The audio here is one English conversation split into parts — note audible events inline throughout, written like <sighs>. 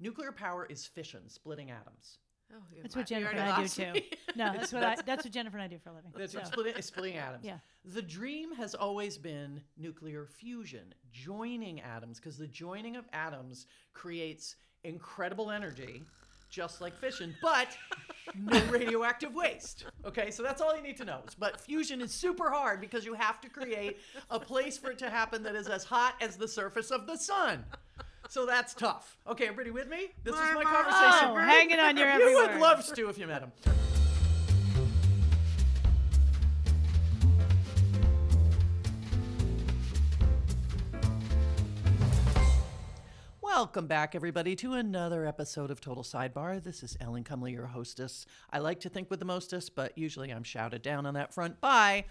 Nuclear power is fission, splitting atoms. Oh, you That's mi- what Jennifer you and I do already too. lost me. <laughs> No, that's what I. That's what Jennifer and I do for a living. That's So, splitting, it's <laughs> splitting atoms. Yeah. The dream has always been nuclear fusion, joining atoms, because the joining of atoms creates incredible energy, just like fission, but <laughs> no radioactive waste. Okay, so that's all you need to know. But fusion is super hard because you have to create a place for it to happen that is as hot as the surface of the sun. So that's tough. Okay, everybody with me? This is my Mama. conversation. oh, hanging on <laughs> your every You would word. love Stu if you met him. Welcome back, everybody, to another episode of Total Sidebar. This is Ellen Cumley, your hostess. I like to think with the mostest, but usually I'm shouted down on that front by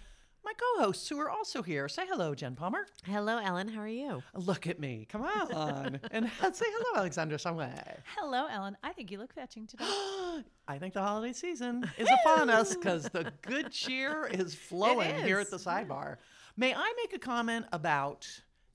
my co hosts who are also here. Say hello, Jen Palmer. Hello, Ellen. How are you? Look at me. Come on. <laughs> and say hello, Alexandra Somway. Hello, Ellen. I think you look fetching <gasps> today. <gasps> I think the holiday season is upon us because the good <laughs> cheer is flowing here at is, the sidebar. May I make a comment about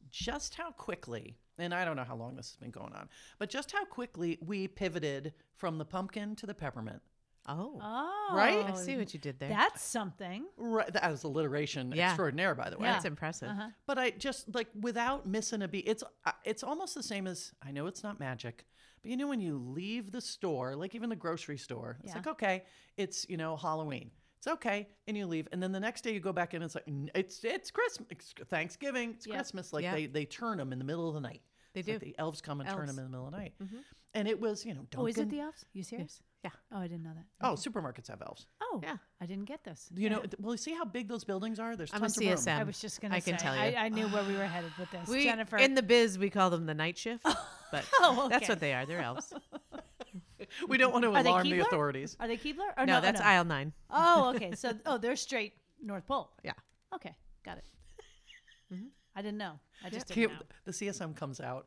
just how quickly, and I don't know how long this has been going on, but just how quickly we pivoted from the pumpkin to the peppermint? Oh, Oh, Right? I see what you did there. That's something. Right, that was alliteration Yeah. extraordinaire, by the way. That's impressive. Uh-huh. But I just like without missing a beat. It's uh, it's almost the same as I know it's not magic, but you know when you leave the store, like even the grocery store, it's Yeah. like okay, it's you know Halloween. It's okay, and you leave, and then the next day you go back in. It's like "N- it's it's Christmas, it's Thanksgiving, it's Yeah. Christmas. Like Yeah. they they turn them in the middle of the night. They It's like do. the elves come and turn 'em turn Elves. them in the middle of the night. Mhm. And it was you know Duncan. Mm-hmm. Oh, is it the elves? You serious? Yeah. Oh, I didn't know that. Oh, supermarkets have elves. Oh, Yeah. I didn't get this. You know, well, you see how big those buildings are. There's I'm a tons of room. CSM. I was just gonna. I can say, tell you. I, I knew where we were headed with this, We, Jennifer. In the biz, we call them the night <laughs> shift, but Oh, that's okay. what they are. They're <laughs> elves. We don't want to Are they alarm the Keebler? authorities. are they Keebler? Or no, that's no. aisle <laughs> nine. <laughs> Oh, okay. So, oh, they're straight North Pole. Yeah. Mm-hmm. Okay, got it. I didn't know. I just Keep- didn't know. the CSM comes out.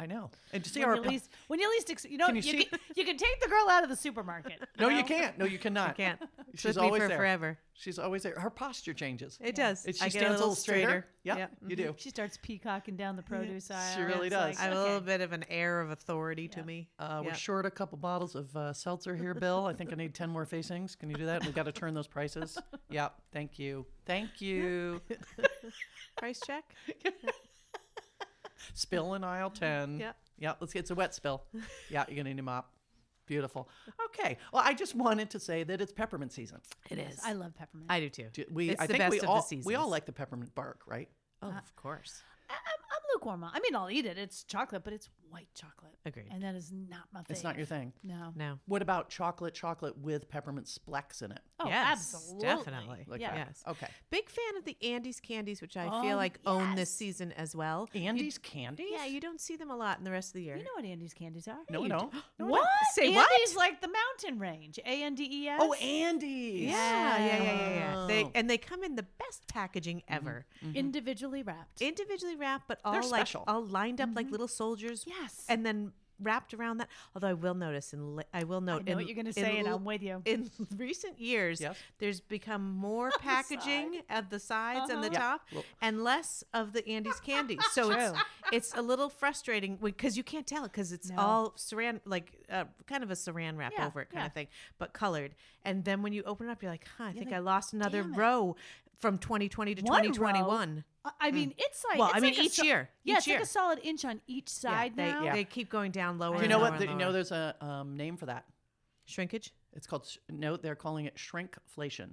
I know. And to see When our you, least, when you least, ex- you know, Can you you, see- can, you can take the girl out of the <laughs> supermarket. No, you know? can't. No, you cannot. Can't. She's With me always for there. forever. She's always there. Her posture changes. It does. It- she I get stands a little straighter. Mm-hmm. Yeah, Yep. you do. She starts peacocking down the produce aisle. She really It's does. like, I have a okay. little bit of an air of authority Yeah. to me. Uh, We're Yeah. short a couple bottles of uh, seltzer here, Bill. I think I need 10 more facings. Can you do that? we got to turn those prices. <laughs> Yep. Thank you. Thank you. <laughs> Price <laughs> check. spill in aisle 10. Yep. Yeah, let's get it's a wet <laughs> spill. Yeah, you're going to need a mop. Beautiful. Okay. Well, I just wanted to say that it's peppermint season. It Yes, I love peppermint. I do too. Do- We, It's I the think we best of the all, we all seasons. like the peppermint bark, right? Oh, of course. I, I'm, I'm lukewarm. on- I mean, I'll eat it. It's chocolate, but it's white chocolate. Agreed. And that is not my thing. It's not your thing. No. No. What about chocolate chocolate with peppermint splecks in it? Oh, Yes, absolutely. definitely. Like yeah. that. Yes. Okay. Big fan of the Andes candies, which I Oh, feel like own this yes. season as well. Andy's candies? Yeah, you don't see them a lot in the rest of the year. You know what Andes candies are? No, we <gasps> you don't. No, we What? Say Andes what? like the mountain range. A N D E S. don't. Oh, Andy's. Yeah, yeah, yeah, yeah, yeah. Oh. They and they come in the best packaging ever, individually wrapped. individually wrapped, but all They're like special. all lined up like little soldiers. Yes. and then wrapped around that. Although I will notice, and li- I will I note, know in- what you're going to in say, and l- I'm with you. in <laughs> recent years, Yes. there's become <laughs> more packaging at the sides and the Uh-huh. Yeah. top Well- and less of the <laughs> Andes candy. So it's, it's a little frustrating because you can't tell because it's No. all saran, like uh, kind of a saran wrap Yeah, over it kind yeah. of thing, but colored. And then when you open it up, you're like, huh, I think like, I lost another damn it. row from 2020 to One row? 2021. I- I mean, it's like. Hmm. Well, it's I mean, like a each year, Yeah, each it's like year. a solid inch on each side they, now. Yeah. they keep going down lower. You and know lower what? and You know, lower. there's a um, name for that. shrinkage. It's called, sh- no, they're calling it shrinkflation.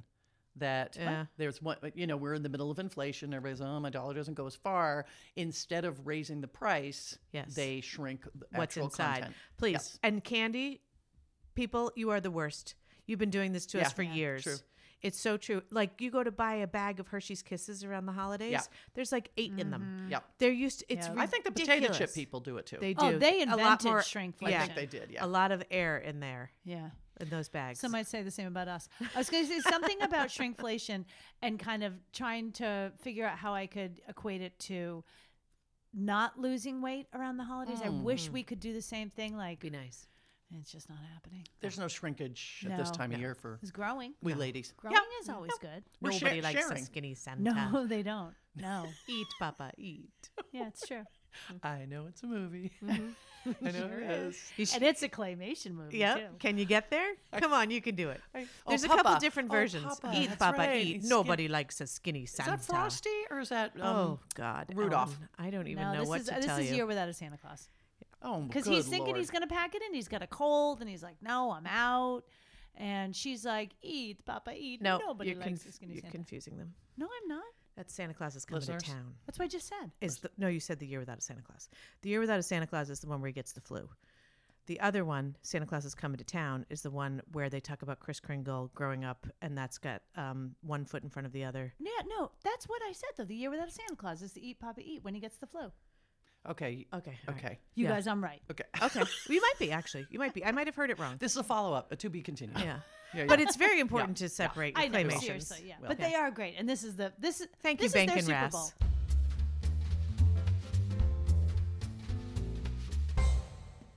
That Yeah. there's one, uh, you know, we're in the middle of inflation. Everybody's, oh, my dollar doesn't go as far. Instead of raising the price, Yes. they shrink the what's actual inside. content. Please. Yes. And candy, people, you are the worst. You've been doing this to Yeah. us for Yeah. years. True. It's so true. Like you go to buy a bag of Hershey's Kisses around the holidays. Yeah. Mm-hmm. There's like 8 in them. Yep. They're used. To, it's Yeah. I think the potato chip ridiculous. people do it too. They do. Oh, they a lot invented more, shrinkflation. I Yeah, think they did. Yeah. A lot of air in there yeah. in those bags. Some might say the same about us. I was <laughs> going to say something about shrinkflation and kind of trying to figure out how I could equate it to not losing weight around the holidays. I Mm-hmm. wish we could do the same thing. Like, be nice. it's just not happening. There's no shrinkage at this No. time of year for It's growing. we ladies. Growing is always <laughs> good. We're sha- Nobody likes sharing. a skinny Santa. No, they don't. No. <laughs> Eat, Papa, eat. <laughs> <laughs> Yeah, it's true. I know it's a movie. Mm-hmm. <laughs> I know Sure it is. is. You sh- and it's a claymation movie Yep. too. Can you get there? Come on, you can do it. I- oh, There's a couple Papa. different Oh, versions. Papa, Eat, that's Papa, right. eat. He's Nobody likes a skinny Is Santa. that Frosty or is that? Um, oh God, Rudolph? Ellen, I don't even No, know this what is uh, to this tell is you. year without a Santa Claus oh, because good he's thinking Lord. he's gonna pack it in. He's got a cold, and he's like, "No, I'm out." And she's like, "Eat, Papa, eat." no, nobody you're, likes conf- a skinny you're Santa. confusing them. no, I'm not. That's Santa Claus is coming Listeners? to town. That's what I just said. Is the, no, you said the year without a Santa Claus. The year without a Santa Claus is the one where he gets the flu. The other one, Santa Claus is coming to town, is the one where they talk about Chris Kringle growing up, and that's got um, one foot in front of the other. Yeah, no, that's what I said though. The year without a Santa Claus is to eat, Papa, eat when he gets the flu. Okay. Okay, all right. Okay. You Yeah. guys, I'm right. Okay. Okay, well, you might be actually. You might be. I might have heard it wrong. <laughs> This is a follow up. To be continued. <laughs> Yeah. Yeah, But yeah. it's very important to separate I your know, claymations. seriously, yeah. Well, but they are great, and this is the this is Thank this you, is Bank their and Super Rass. Bowl.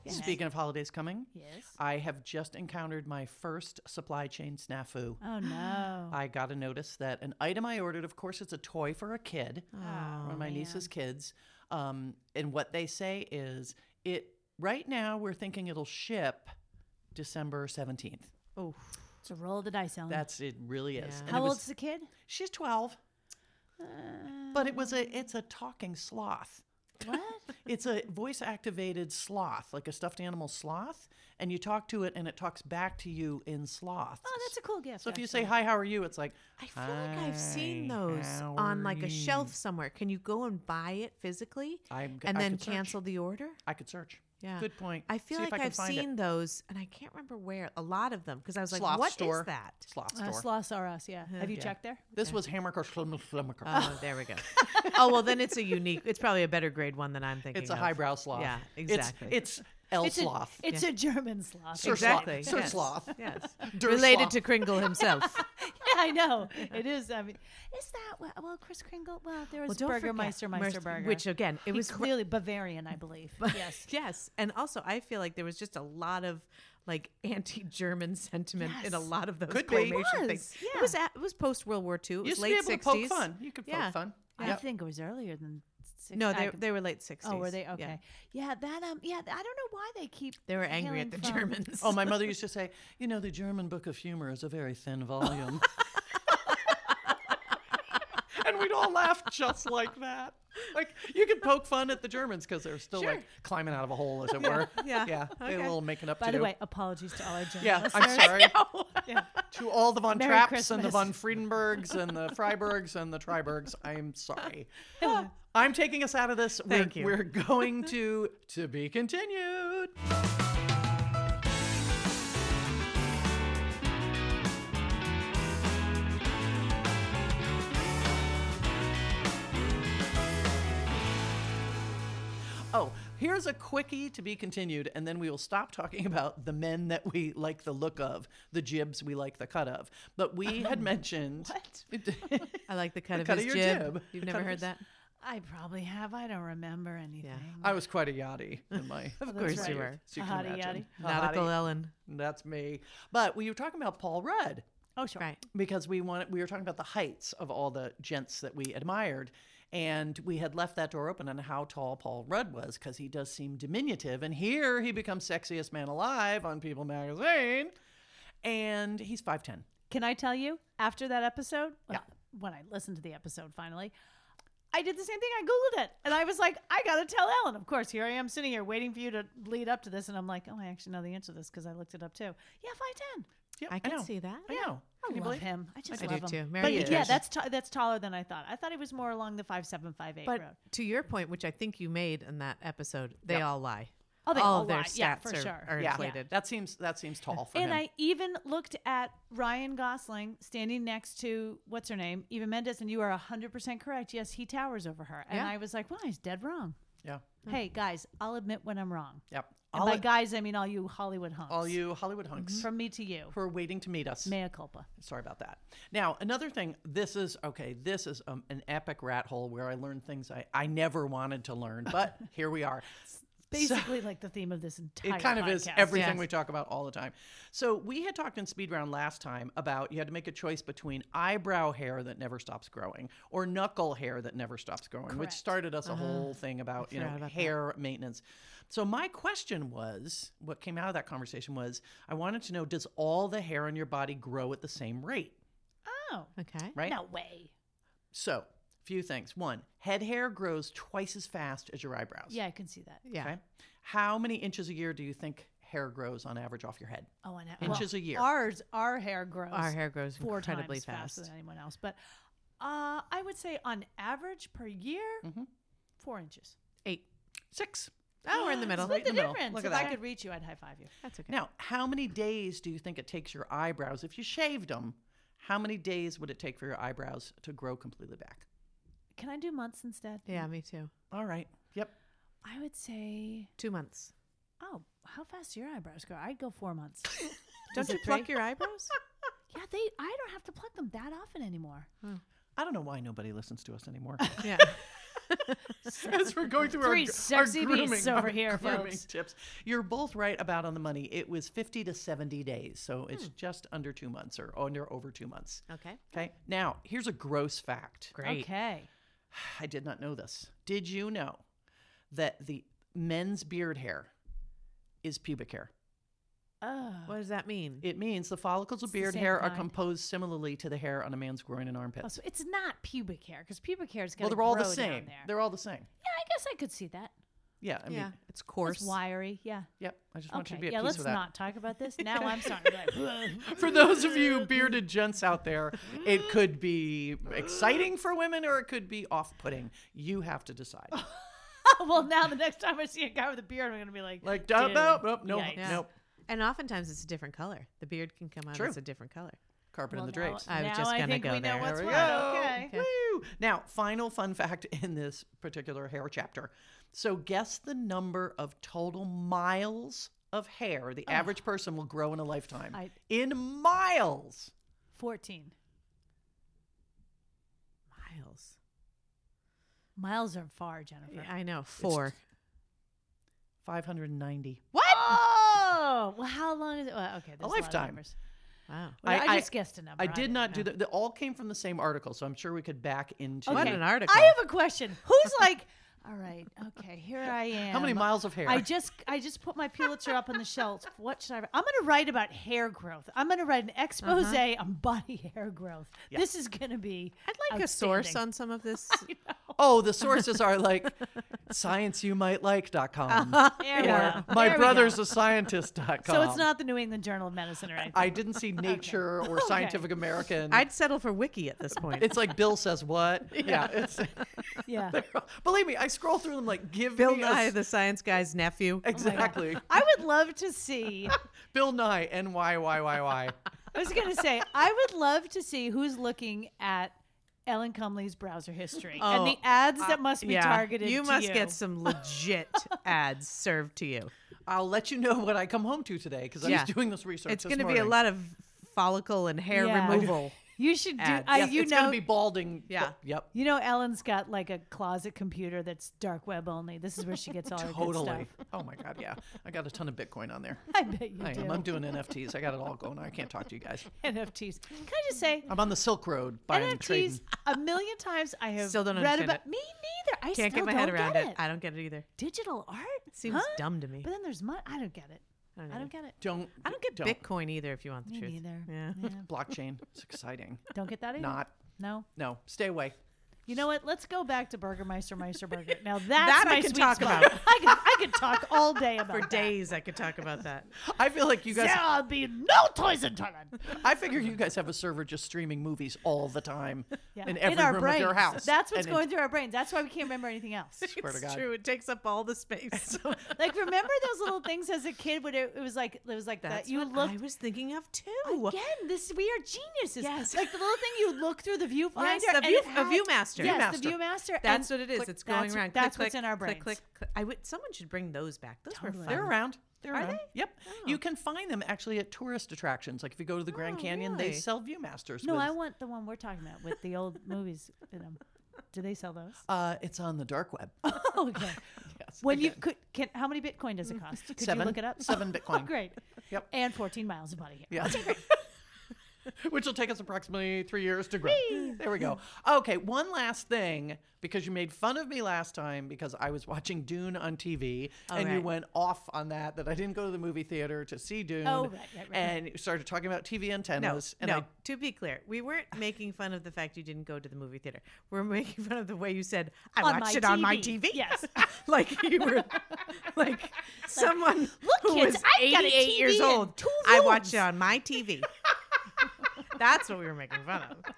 Yes. Speaking of holidays coming, Yes. I have just encountered my first supply chain snafu. Oh no. <gasps> I got a notice that an item I ordered, of course, it's a toy for a kid, Oh, one of my niece's kids. Um, and what they say is, it right now we're thinking it'll ship December 17th. Oh, It's a roll of the dice, Ellen. That's it, really is. Yeah. And How it was- old's the kid? She's 12, Uh, but it was Mm. a it's a talking sloth. <laughs> what? Oh, It's a voice activated sloth, like a stuffed animal sloth, and you talk to it and it talks back to you in sloth. Oh, that's a cool gift. So if you say hi, how are you? It's like I feel like I've seen "Hi, those how on are like a you?" shelf somewhere. Can you go and buy it physically I'm, and I then could search. cancel the order? I could search. Yeah. Good point. I feel See if like I can have find it. seen those, and I can't remember where. A lot of them, because I was like, "What Sloth is store. that?" Sloth Uh, store. sloths are us, yeah. Have you Yeah. checked there? This was Hammerker Schlimmerker. Oh, there <laughs> we go. oh well, then it's a unique. It's probably a better grade one than I'm thinking. it's a of. highbrow sloth. Yeah, It's- exactly. It's, L it's sloth. A, it's a German sloth. Sir Sloth. exactly. Sir yes. Sloth. <laughs> Yes. Der Related sloth. to Kringle <laughs> himself. <laughs> yeah, I know. It is. I mean, is that well, well Chris Kringle? Well, there was don't Burger forget Meister Mercer- Meister Burger, which again, it it was was clearly Bavarian, I believe. <laughs> yes. Yes. And also, I feel like there was just a lot of like <laughs> anti-German sentiment in a Yes. lot of those Could be. claymation things. Was, It was at, it was post World War II. It was used late to be able 60s. to poke fun. You could poke Yeah. fun. I Yep. think it was earlier than. Six, No, I they could- they were late 60s. Oh, were they Yeah. okay? Yeah. that um, yeah. I don't know why they keep. They were angry at hailing the from- Germans. Oh, my mother used to say, you know, the German Book of Humor is a very thin <laughs> volume. and we'd all laugh just like that. Like, you could poke fun at the Germans because they're still Sure. like climbing out of a hole, as it were. <laughs> Yeah. Yeah. They had Okay. a little making up <laughs> By to the do. way, apologies to all <laughs> our German Yeah, <laughs> I'm listeners. sorry. To all the von Merry Trapps and the Christmas. von Friedenbergs and the Freibergs and the Tribergs, I'm sorry. I'm taking us out of this. We're- Thank you. We're going to to be continued. Oh, here's a quickie to be continued, and then we will stop talking about the men that we like the look of, the jibs we like the cut of. But we had <laughs> mentioned. <laughs> What? <laughs> I like the cut, The of, cut his of your jib. jib. You've The never cut of heard his- that? I probably have. I don't remember anything. I was quite a yachty in my. Of That's course you right. were. So you A can hottie imagine. A Nautical hottie. Ellen. That's me. But we were talking about Paul Rudd Oh, sure. Right. because we wanted we were talking about the heights of all the gents that we admired and we had left that door open on how tall Paul Rudd was because he does seem diminutive and here he becomes sexiest man alive on People magazine and he's 5'10 Can I tell you after that episode? uh, Yeah. When I listened to the episode finally, I did the same thing. I Googled it and I was like, I got to tell Ellen. Of course, here I am sitting here waiting for you to lead up to this. And I'm like, oh, I actually know the answer to this because I looked it up too. Yeah, 5'10. yeah, I can know. see that. I know I Can you love believe- him. I just I do love too. him. Mary But Kate yeah, Jackson. that's t- that's taller than I thought. I thought he was more along the five seven five eight But road. to your point, which I think you made in that episode, they all lie. Oh, they all all of their lie. stats Yeah, for are, sure. are yeah. inflated. that seems that seems tall for and him I even looked at Ryan Gosling standing next to what's her name, Eva Mendes, and you are hundred percent correct. Yes, he towers over her, and Yeah. I was like, "Well, he's dead wrong." yeah Hey guys, I'll admit when I'm wrong. yep And all, by it- guys, I mean all you Hollywood hunks. all you Hollywood Mm-hmm. hunks From me to you, who are waiting to meet us mea culpa. Sorry about that. Now, another thing, this is okay, this is um, an epic rat hole where I learned things I, I never wanted to learn, but here we are. basically like the theme of this entire. it kind of is podcast. everything Yes. we talk about all the time. So we had talked in speed round last time about you had to make a choice between eyebrow hair that never stops growing or knuckle hair that never stops growing, which Correct. started us a whole thing about you know forgot about that. hair maintenance. So my question was, what came out of that conversation was, I wanted to know, does all the hair on your body grow at the same rate? Oh, Okay. Right? no way. So few things. One, head hair grows twice as fast as your eyebrows. Yeah, I can see that. Yeah. Okay. How many inches a year do you think hair grows on average off your head? Oh, and Inches a year. Ours, our hair grows. Our hair grows four incredibly times faster fast. than anyone else. But uh, I would say on average per year, Mhm. four inches. Eight. <gasps> Six. Oh, we're in the middle. Split the, in the middle. difference. Look if at I that. could reach you, I'd high five you. That's okay. Now, how many days do you think it takes your eyebrows if you shaved them? How many days would it take for your eyebrows to grow completely back? Can I do months instead? Yeah, me too. All right. Yep. I would say, Two months. oh, how fast do your eyebrows grow? I'd go four months. Don't it you pluck your <laughs> eyebrows? yeah, they. I don't have to pluck them that often anymore. I don't know why nobody listens to us <laughs> anymore. <laughs> yeah. As we're going through Three our, gr- sexy our grooming, beasts our over here, grooming folks. tips, you're both right about on the money. It was 50 to 70 days, so Hmm. it's just under two months or under over two months. Okay. Okay. Now, here's a gross fact. Okay. <sighs> I did not know this. Did you know that the men's beard hair is pubic hair? Oh. What does that mean? It means the follicles of It's the beard same hair are kind. composed similarly to the hair on a man's groin and armpit. Oh, so it's not pubic hair because pubic hair is well, going to they're all the grow down same. there. They're all the same. yeah, I guess I could see that. Yeah. I yeah. mean, it's coarse. It's wiry. Yeah. yep. I just want you to be at yeah, peace let's with that. not talk <laughs> about this. Now I'm starting to be like, <laughs> For those of you bearded gents out there, it could be exciting for women or it could be off-putting. You have to <laughs> decide. "Oh, well, now the next time I see a guy with a beard, I'm going to be like, Like, nope, "Dude, nope, nope, nope, yikes." Yeah. nope. And oftentimes it's a different color. The beard can come out True. as a different color. Carpet Well, and the now- drapes. I was now just I gonna think go we know there. what's There what. we go. Okay. Okay. Woo! Now, final fun fact in this particular hair chapter. So, guess the number of total miles of hair the average person will grow in a lifetime. I- in miles. 14. Miles. Miles are far, Jennifer. Yeah, I know. Four. 590. What? Oh, well, how long is it? Well, okay, there's a lot of lifetime. numbers. Wow. Well, I, I- just guessed a number. I did didn't not know. do that. They all came from the same article, so I'm sure we could back into What Okay. an article. I have a question. <laughs> Who's like, all right, okay, here I am. how many miles of hair. I just I just put my Pulitzer up on the shelf. What should I? Write? I'm going to write about hair growth. I'm going to write an expose on body <laughs> hair growth. This is going to be. Uh-huh. I'd like a source outstanding. on some of <laughs> this. <laughs> oh, the sources are like scienceyoumightlike.com <laughs> There we or go. There we go. mybrothersascientist.com. So it's not the New England Journal of Medicine or <laughs> anything. I didn't <laughs> see Nature or Scientific American. I'd settle for Wiki <laughs> at this point. it's like Bill says what? <laughs> Yeah, it's <laughs> yeah. Believe me, I scroll through them like give Bill me a s- Nye, the oh science guy's nephew. exactly I would love to see. Bill Nye N Y Y Y Y. I was going to say I would love to see who's looking at Ellen Cumley's browser history and the Oh, ads that must be targeted. You to must you. get some legit <laughs> ads served to you. I'll let you know what I come home to today because I Yeah. was doing this research. It's this going to be a morning. lot of follicle and hair Yeah. <laughs> removal. You should do. ads. I, Yes, you it's know, going to be balding. Yeah. Yep. You know, Ellen's got like a closet computer that's dark web only. This is where she gets all her Totally. good stuff. Oh my God. Yeah. I got a ton of Bitcoin on there. I bet you I do. am. I'm doing NFTs. I got it all going. I can't talk to you guys. NFTs. Can I just say, I'm on the Silk Road buying and trading. NFTs? A million times I have Still don't read understand about. it. Me neither. I Can't still get my head don't around get it. I don't get it either. Digital art Seems Huh? dumb to me. But then there's money. I don't get it. I don't, I don't get, get it. Don't. I don't get Bitcoin either. If you want the Me truth, neither. Yeah. Blockchain. It's exciting. Don't get that either. Not. No. No. Stay away. You know what? Let's go back to Burgermeister Meister Burger. <laughs> Now that's That I my can sweet talk spot. about. <laughs> I could I could talk all day about <laughs> For that. days, I could talk about <laughs> that. I feel like you guys. There'll be no toys in Thailand. I figure you guys have a server just streaming movies all the time in every our room brains. of your house. That's what's And going through our brains. That's why we can't remember anything <laughs> else. It's, swear to It's God. true. It takes up all the <laughs> space. Like remember those little things as a kid when it, it was like it was like that. You what looked I was thinking of too. again. This we are geniuses. Yes. Like the little thing you look through the viewfinder. Yes, the and view, it a had- ViewMaster. Yes, Viewmaster. the ViewMaster. That's and what it is. click- It's going that's- around. That's click, what's click, in our brains. click, click, click. I would. Someone should bring those back. Those Totally. were fun. They're around. They're Are around. they? Yep. You Oh. can find them actually at tourist attractions. Like if you go to the Grand Oh, Canyon, they really? sell ViewMasters. No, with, I want the one we're talking about with <laughs> the old movies in them. Do they sell those? <laughs> Uh, it's on the dark web. Oh, okay. Yes. When you again. could, can, how many Bitcoin does it cost? Could Seven. you look it up? <laughs> Oh, Seven Bitcoin. Great. Yep. And 14 miles of money. Yeah. <laughs> Which will take us approximately three years to grow. There we go. Okay, one last thing because you made fun of me last time because I was watching Dune on TV Oh, and you right. went off on that that I didn't go to the movie theater to see Dune. Oh, right, right, right, right. And you started talking about TV No, antennas. and no. I, to be clear, we <sighs> weren't making fun of the fact you didn't go to the movie theater. We're making fun of the way you said, "I On watched my it on my TV." TV." Yes. <laughs> like you were, <laughs> like someone who kids, was I've got a 88 years TV and old. two I watched it rooms." on my <laughs> TV. That's what we were making fun of.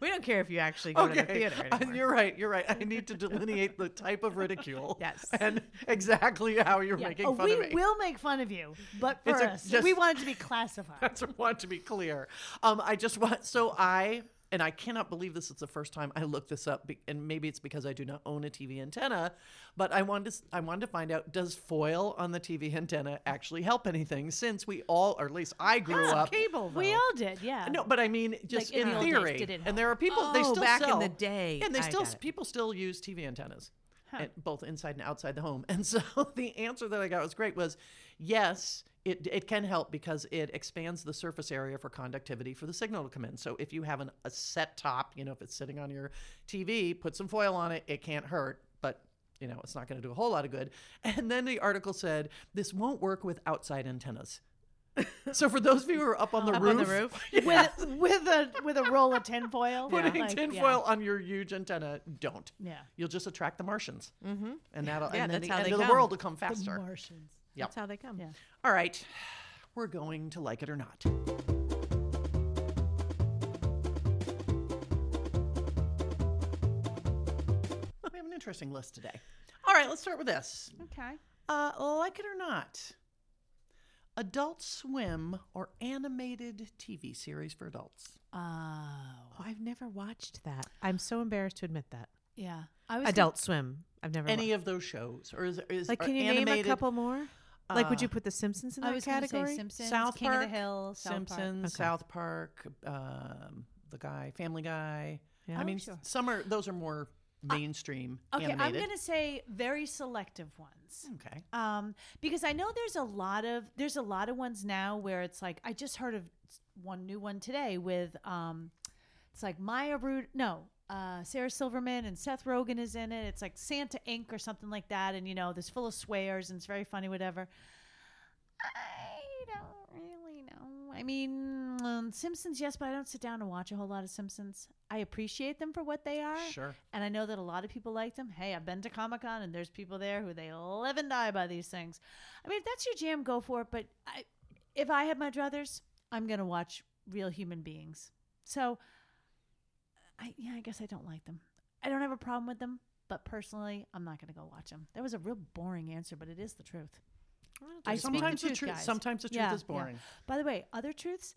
We don't care if you actually go to the okay, <laughs> theater Uh, anymore. you're right. You're right. I need to delineate the type of ridicule. <laughs> Yes. And exactly how you're Yeah. making Oh, fun we of me. will make fun of you, but for It's a- us, just- we wanted to be classified. <laughs> That's what I want to be clear. Um, I just want so I and I cannot believe this is the first time I looked this up, be, and maybe it's because I do not own a TV antenna, but I wanted to, s- I wanted to find out does foil on the TV antenna actually help anything? Since we all, or at least I grew It's up. cable. we though. all did, yeah. No, <laughs> but I mean, just in, in the old days, theory, did it help? and there are people they Oh, still back in sell- the day. and they I still got it. people still use TV antennas, and both inside and outside the home. <laughs> And so the answer that I got was great was, yes, it it can help because it expands the surface area for conductivity for the signal to come in. So if you have an, a set top, you know, if it's sitting on your TV, put some foil on it. It can't hurt, but you know, it's not going to do a whole lot of good. And then the article said this won't work with outside antennas. <laughs> So for those of you who are up on the Up on roof, the <laughs> roof? With, with a with a roll of tinfoil. putting like, tinfoil on your huge antenna, don't. Yeah. You'll just attract the Martians, Mm-hmm. and that'll Yeah, and then that's the how end they of the come. world will come yeah. The faster. Martians. Yep. That's how they come. Yeah. All right, we're going to like it or not. <laughs> We have an interesting list today. All right, let's start with this. Okay. Uh, like it or not, Adult Swim or animated TV series for adults. Oh. Oh, I've never watched that. I'm so embarrassed to admit that. Yeah. I was Adult Swim. I've never Any watched. of those shows, or is, is like, are can you animated, name a couple more? like, would uh, you put The Simpsons in I that was gonna category? Say Simpsons, South King of Park, the Hill, South Park. Simpsons, Okay. South Park, um, the guy, Family Guy. Yeah. I Oh, mean, sure. some are those are more mainstream Okay, I'm animated. going to say very selective ones. okay, Um, because I know there's a lot of there's a lot of ones now where it's like I just heard of one new one today with um it's like Maya Rud no, uh Sarah Silverman and Seth Rogen is in it. It's like Santa Inc or something like that and you know, there's full of swears and it's very funny whatever. I don't really know. I mean, um, Simpsons yes, but I don't sit down and watch a whole lot of Simpsons. I appreciate them for what they are. sure. And I know that a lot of people liked them. Hey, I've been to Comic Con and there's people there who they live and die by these things. I mean, if that's your jam, go for it. But I, if I had my druthers, I'm going to watch real human beings. So, I yeah, I guess I don't like them. I don't have a problem with them, but personally, I'm not going to go watch them. That was a real boring answer, but it is the truth. I speak the sometimes truth, truth. guys. Sometimes the truth Yeah, is yeah. boring. By the way, other truths.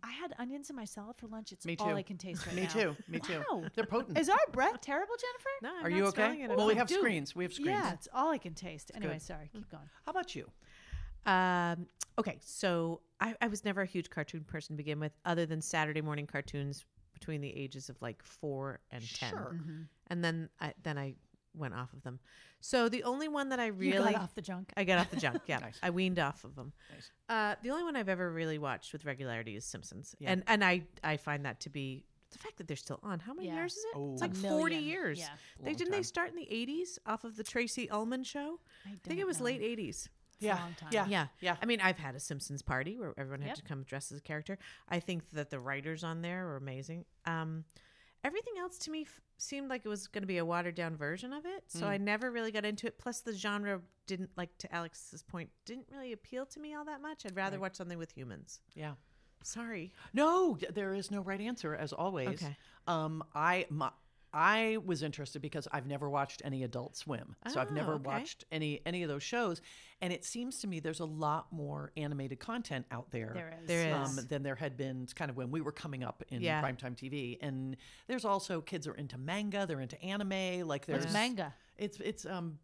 I had onions in my salad for lunch. It's Me all too. I can <laughs> taste right Me now. too. Me too. Wow. They're potent. Is our breath terrible, Jennifer? No, I'm are not you smelling okay? it at Well, we all. have Dude. screens. We have screens. Yeah, it's all I can taste. Anyway, good. sorry, keep going. How about you? Um, okay, so I, I was never a huge cartoon person to begin with, other than Saturday morning cartoons between the ages of like four and ten, Sure. and then I then I went off of them. So the only one that I really You got off the junk. I got off <laughs> the junk. Yeah, Nice. I weaned off of them. Nice. Uh, the only one I've ever really watched with regularity is Simpsons, Yeah. and and I I find that to be the fact that they're still on. How many Yeah. years is it? Oh, It's like A forty million. years. Yeah. They Long didn't time. they start in the eighties off of the Tracy Ullman show? I I, think it don't was know. late eighties. It's a Yeah, long time. yeah. Yeah. Yeah. I mean, I've had a Simpsons party where everyone had Yep. to come dressed as a character. I think that the writers on there were amazing. Um, everything else to me f- seemed like it was going to be a watered down version of it. So I Mm. never really got into it. Plus, the genre didn't, like to Alex's point, didn't really appeal to me all that much. I'd rather watch something with humans. Yeah. Sorry. No, th- there is no right answer as always. Okay. Um, I my, I was interested because I've never watched any Adult Swim, so I've Oh, never okay. watched any any of those shows, and it seems to me there's a lot more animated content out there. There is. There yeah. is. Um, than there had been kind of when we were coming up in Yeah. primetime TV, and there's also kids are into manga, they're into anime, like there's There's manga. It's it's um,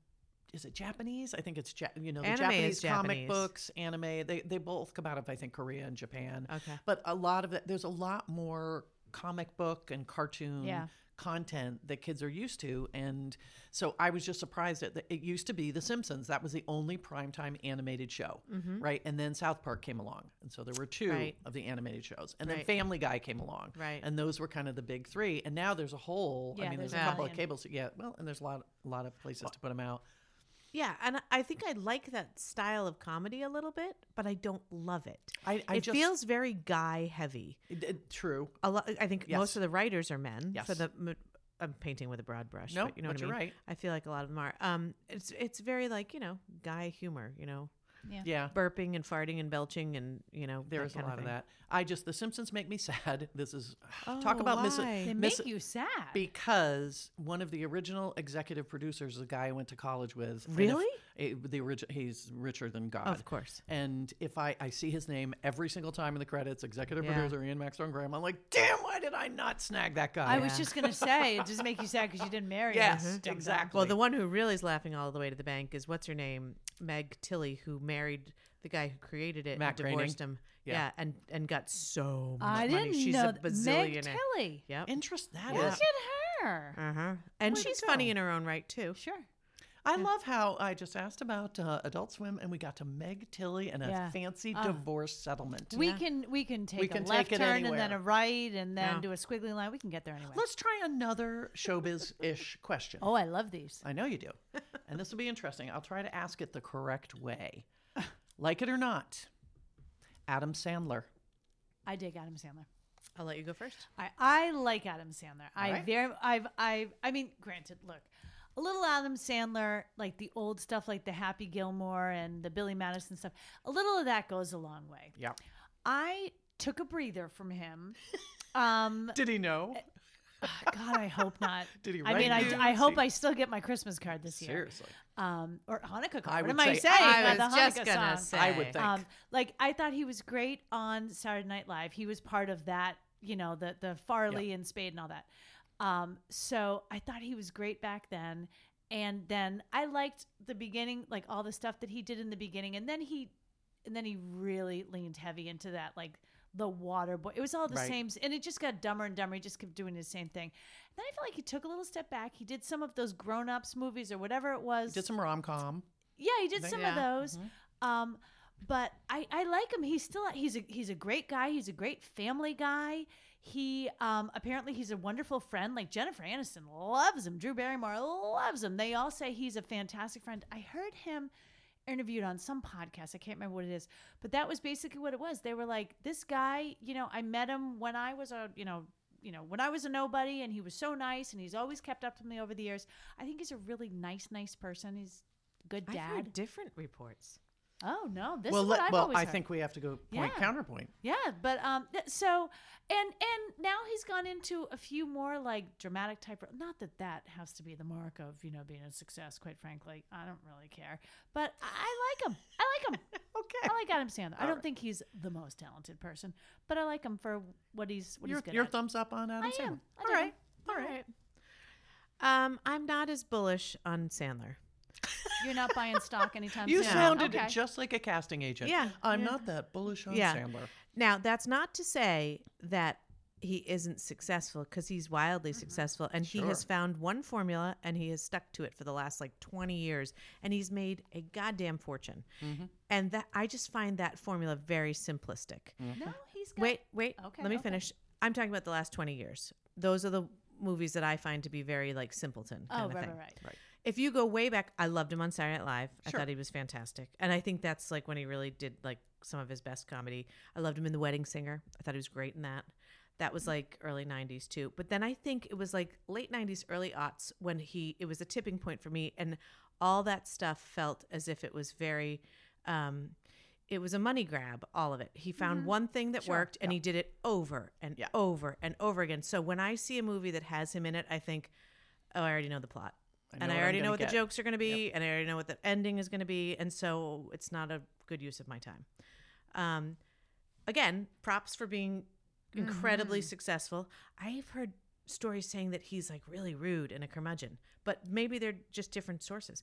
is it Japanese? I think it's ja- you know the Anime Japanese, is comic Japanese. books, anime. They they both come out of I think Korea and Japan. Okay. But a lot of it, there's a lot more comic book and cartoon Yeah. content that kids are used to. And so I was just surprised at that. It used to be The Simpsons. That was the only primetime animated show, right? And then South Park came along. And so there were two Mm-hmm. Right. of the animated shows. And then Right. Family Guy came along. Right. And those were kind of the big three. And now there's a whole, I Yeah, mean, there's, there's a a couple of million. cables. Yeah. Well, and there's a lot, a lot of places to put them out. Yeah, and I- I think I like that style of comedy a little bit, but I don't love it. I, I it just, feels very guy heavy. it- it- true. A lot. I think Yes. most of the writers are men. For Yes. the, m- I'm painting with a broad brush. No, but you know but what I you're mean. right. I feel like a lot of them are. Um, it's it's very like you know guy humor. You know, Yeah. burping and farting and belching and you know that There's a kind lot of thing. Oh, that. I just The Simpsons make me <laughs> sad. This is talk about missing why? They Miss- make you sad. because one of the original executive producers, is a guy I went to college with, and if- Really? eh, the original, he's richer than God, Of course. And if I I see his name every single time in the credits, executive Yeah. producer Ian Maxwell Graham, I'm like, damn, why did I not snag that guy? I was just gonna say it does make you sad because you didn't marry. yes, him. Dum-dum. exactly. Mm-hmm. Well, the one who really is laughing all the way to the bank is what's her name, Meg Tilly, who married the guy who created it, Matt and Groening. divorced him, Yeah. yeah. and and got so much I money. didn't She's know a that. Meg bazillionaire. Tilly. Yep. interest that Look is. at her. Uh huh. And Way to she's funny go. in her own right too. Sure. I love how I just asked about uh, Adult Swim, and we got to Meg Tilly and a Yeah. fancy Ah. divorce settlement. We can we can take can a take left it turn and then anywhere. a right and then Yeah. do a squiggly line. We can get there anyway. Let's try another showbiz <laughs> ish question. oh, I love these. I know you do. And this will be interesting. I'll try to ask it the correct <laughs> way. Like it or not, Adam Sandler. I dig Adam Sandler. I'll let you go first. I, I like Adam Sandler. I right. very I've I I mean, granted, look, a little Adam Sandler, like the old stuff, like the Happy Gilmore and the Billy Madison stuff. A little of that goes a long way. Yeah. I took a breather from him. <laughs> Um, Did he know? God, I hope <laughs> not. Did he I mean, write I, you? I hope See- I still get my Christmas card this year. Seriously. um, or Hanukkah card. I what would am I say- saying? I Uh, was the just Hanukkah gonna song. I would say. think. Um, like I thought he was great on Saturday Night Live. He was part of that, you know, the the Farley and Spade and all that. Um, so I thought he was great back then. And then I liked the beginning, like all the stuff that he did in the beginning, and then he, and then he really leaned heavy into that, like the water boy. It was all the Right. same, and it just got dumber and dumber. He just kept doing his same thing. And then I felt like he took a little step back. He did some of those grown ups movies or whatever it was. Did some Mm-hmm. rom com. Yeah, he did They- some Yeah. of those. Um, but I, I like him. He's still he's a he's a great guy. He's a great family guy. He um, apparently he's a wonderful friend. Like Jennifer Aniston loves him. Drew Barrymore loves him. They all say he's a fantastic friend. I heard him interviewed on some podcast. I can't remember what it is, but that was basically what it was. They were like, "This guy, you know, I met him when I was a, you know, you know, when I was a nobody, and he was so nice, and he's always kept up to me over the years. I think he's a really nice, nice person. He's a good I've heard dad. different reports. Oh no, this well, is what let- I've well always I heard. think we have to go point Yeah. counterpoint. Yeah, but um, th- so and and now he's gone into a few more like dramatic type. ro- Not that that has to be the mark of you know being a success. Quite frankly, I don't really care. But I, I like him. I like him. Okay. I <laughs> like Adam Sandler. I All don't right. think he's the most talented person, but I like him for what he's what your he's good your at. thumbs up on Adam I Sandler. am. I All dig right. him. All right. Um, I'm not as bullish on Sandler. You're not buying <laughs> stock anytime You soon. sounded Okay. just like a casting agent. Yeah. I'm not that bullish on Yeah. Sandler. Now, that's not to say that he isn't successful because he's wildly successful and he has Mm-hmm. Sure. found one formula and he has stuck to it for the last like 20 years and he's made a goddamn fortune. Mm-hmm. And that I just find that formula very simplistic. Mm. No, he's got, Wait, wait. Okay, Let me okay. finish. I'm talking about the last 20 years. Those are the movies that I find to be very like simpleton kind Oh, of right, thing. right, right. If you go way back, I loved him on Saturday Night Live. Sure. I thought he was fantastic. And I think that's like when he really did like some of his best comedy. I loved him in The Wedding Singer. I thought he was great in that. That was like early 90s too. But then I think it was like late 90s, early aughts when he, it was a tipping point for me. And all that stuff felt as if it was very, um, it was a money grab, all of it. He found one thing that worked and he did it over and Mm-hmm. Yeah. over and over again. So when I see a movie that has him in it, I think, oh, I already know the plot I know and what I I'm already gonna know what get. the jokes are going to be, and I already know what the ending is going to be, and so it's not a good use of my time. Um, again, props for being incredibly Mm-hmm. successful. I've heard stories saying that he's like really rude and a curmudgeon, but Hmm. maybe they're just different sources.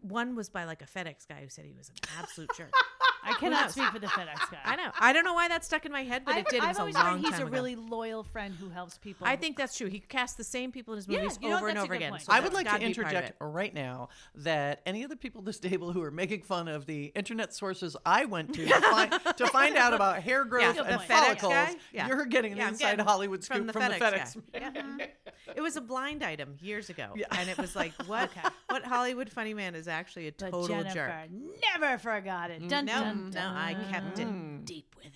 One was by like a FedEx guy who said he was an absolute jerk. I cannot speak for the FedEx guy. I know. I don't know why that stuck in my head, but I've, it did. It was I've a long always time heard he's a ago. really loyal friend who helps people. I think that's true. He cast the same people in his Yeah, movies you know, over and that's a over good again. point. So I that's would like to gotta be part of interject it. right now that any of the people at this <laughs> table who are making fun of the internet sources I went to to find, to <laughs> find out about hair growth Good and point. FedEx follicles, guy? Yeah. you're getting an Yeah, I'm inside getting Hollywood scoop from from the the FedEx FedEx. <laughs> guy. Yeah. It was a blind item years ago, Yeah. and it was like, <laughs> what? What Hollywood funny man is actually a but total Jennifer jerk. Mm, never forgot it. Dun, No, dun, no, I kept it Mm. deep within.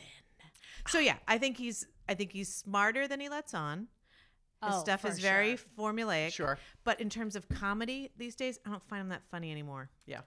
So yeah, I think he's. I think he's smarter than he lets on. His Oh, stuff for is very sure. formulaic. Sure. But in terms of comedy these days, I don't find him that funny anymore. Yeah.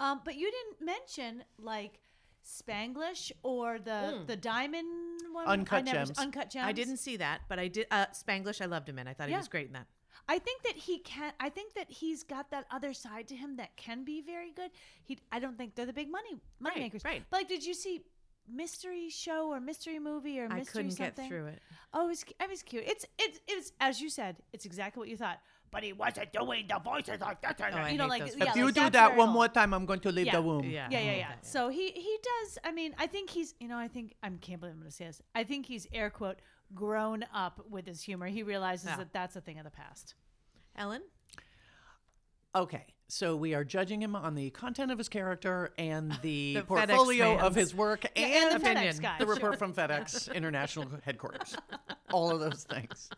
Um, but you didn't mention like Spanglish or the the diamond one. Uncut I never- Gems. Uncut gems. Hmm. I didn't see that, but I did. Uh, Spanglish, I loved him in. I thought he Yeah. was great in that. I think that he can. I think that he's got that other side to him that can be very good. He. I don't think they're the big money money Right, makers. right. But like, did you see mystery show or mystery movie or I mystery couldn't something? get through it. Oh, it was, cu- it was cute. It's it's it's as you said. It's exactly what you thought. But he wasn't doing the voices like that. Oh, I you know, hate like those yeah, guys. if like, you do that's that very one old. more time, I'm going to leave Yeah. the womb. Yeah. Yeah, I yeah, hate yeah. that, So he he does. I mean, I think he's. You know, I think I can't believe I'm going to say this. I think he's air quote grown up with his humor. He realizes Yeah. that that's a thing of the past. Ellen, Okay. So we are judging him on the content of his character <laughs> and the, The FedEx portfolio of man's. his work and and, the opinion. FedEx guy. the sure. report from <laughs> FedEx International Headquarters. All of those things.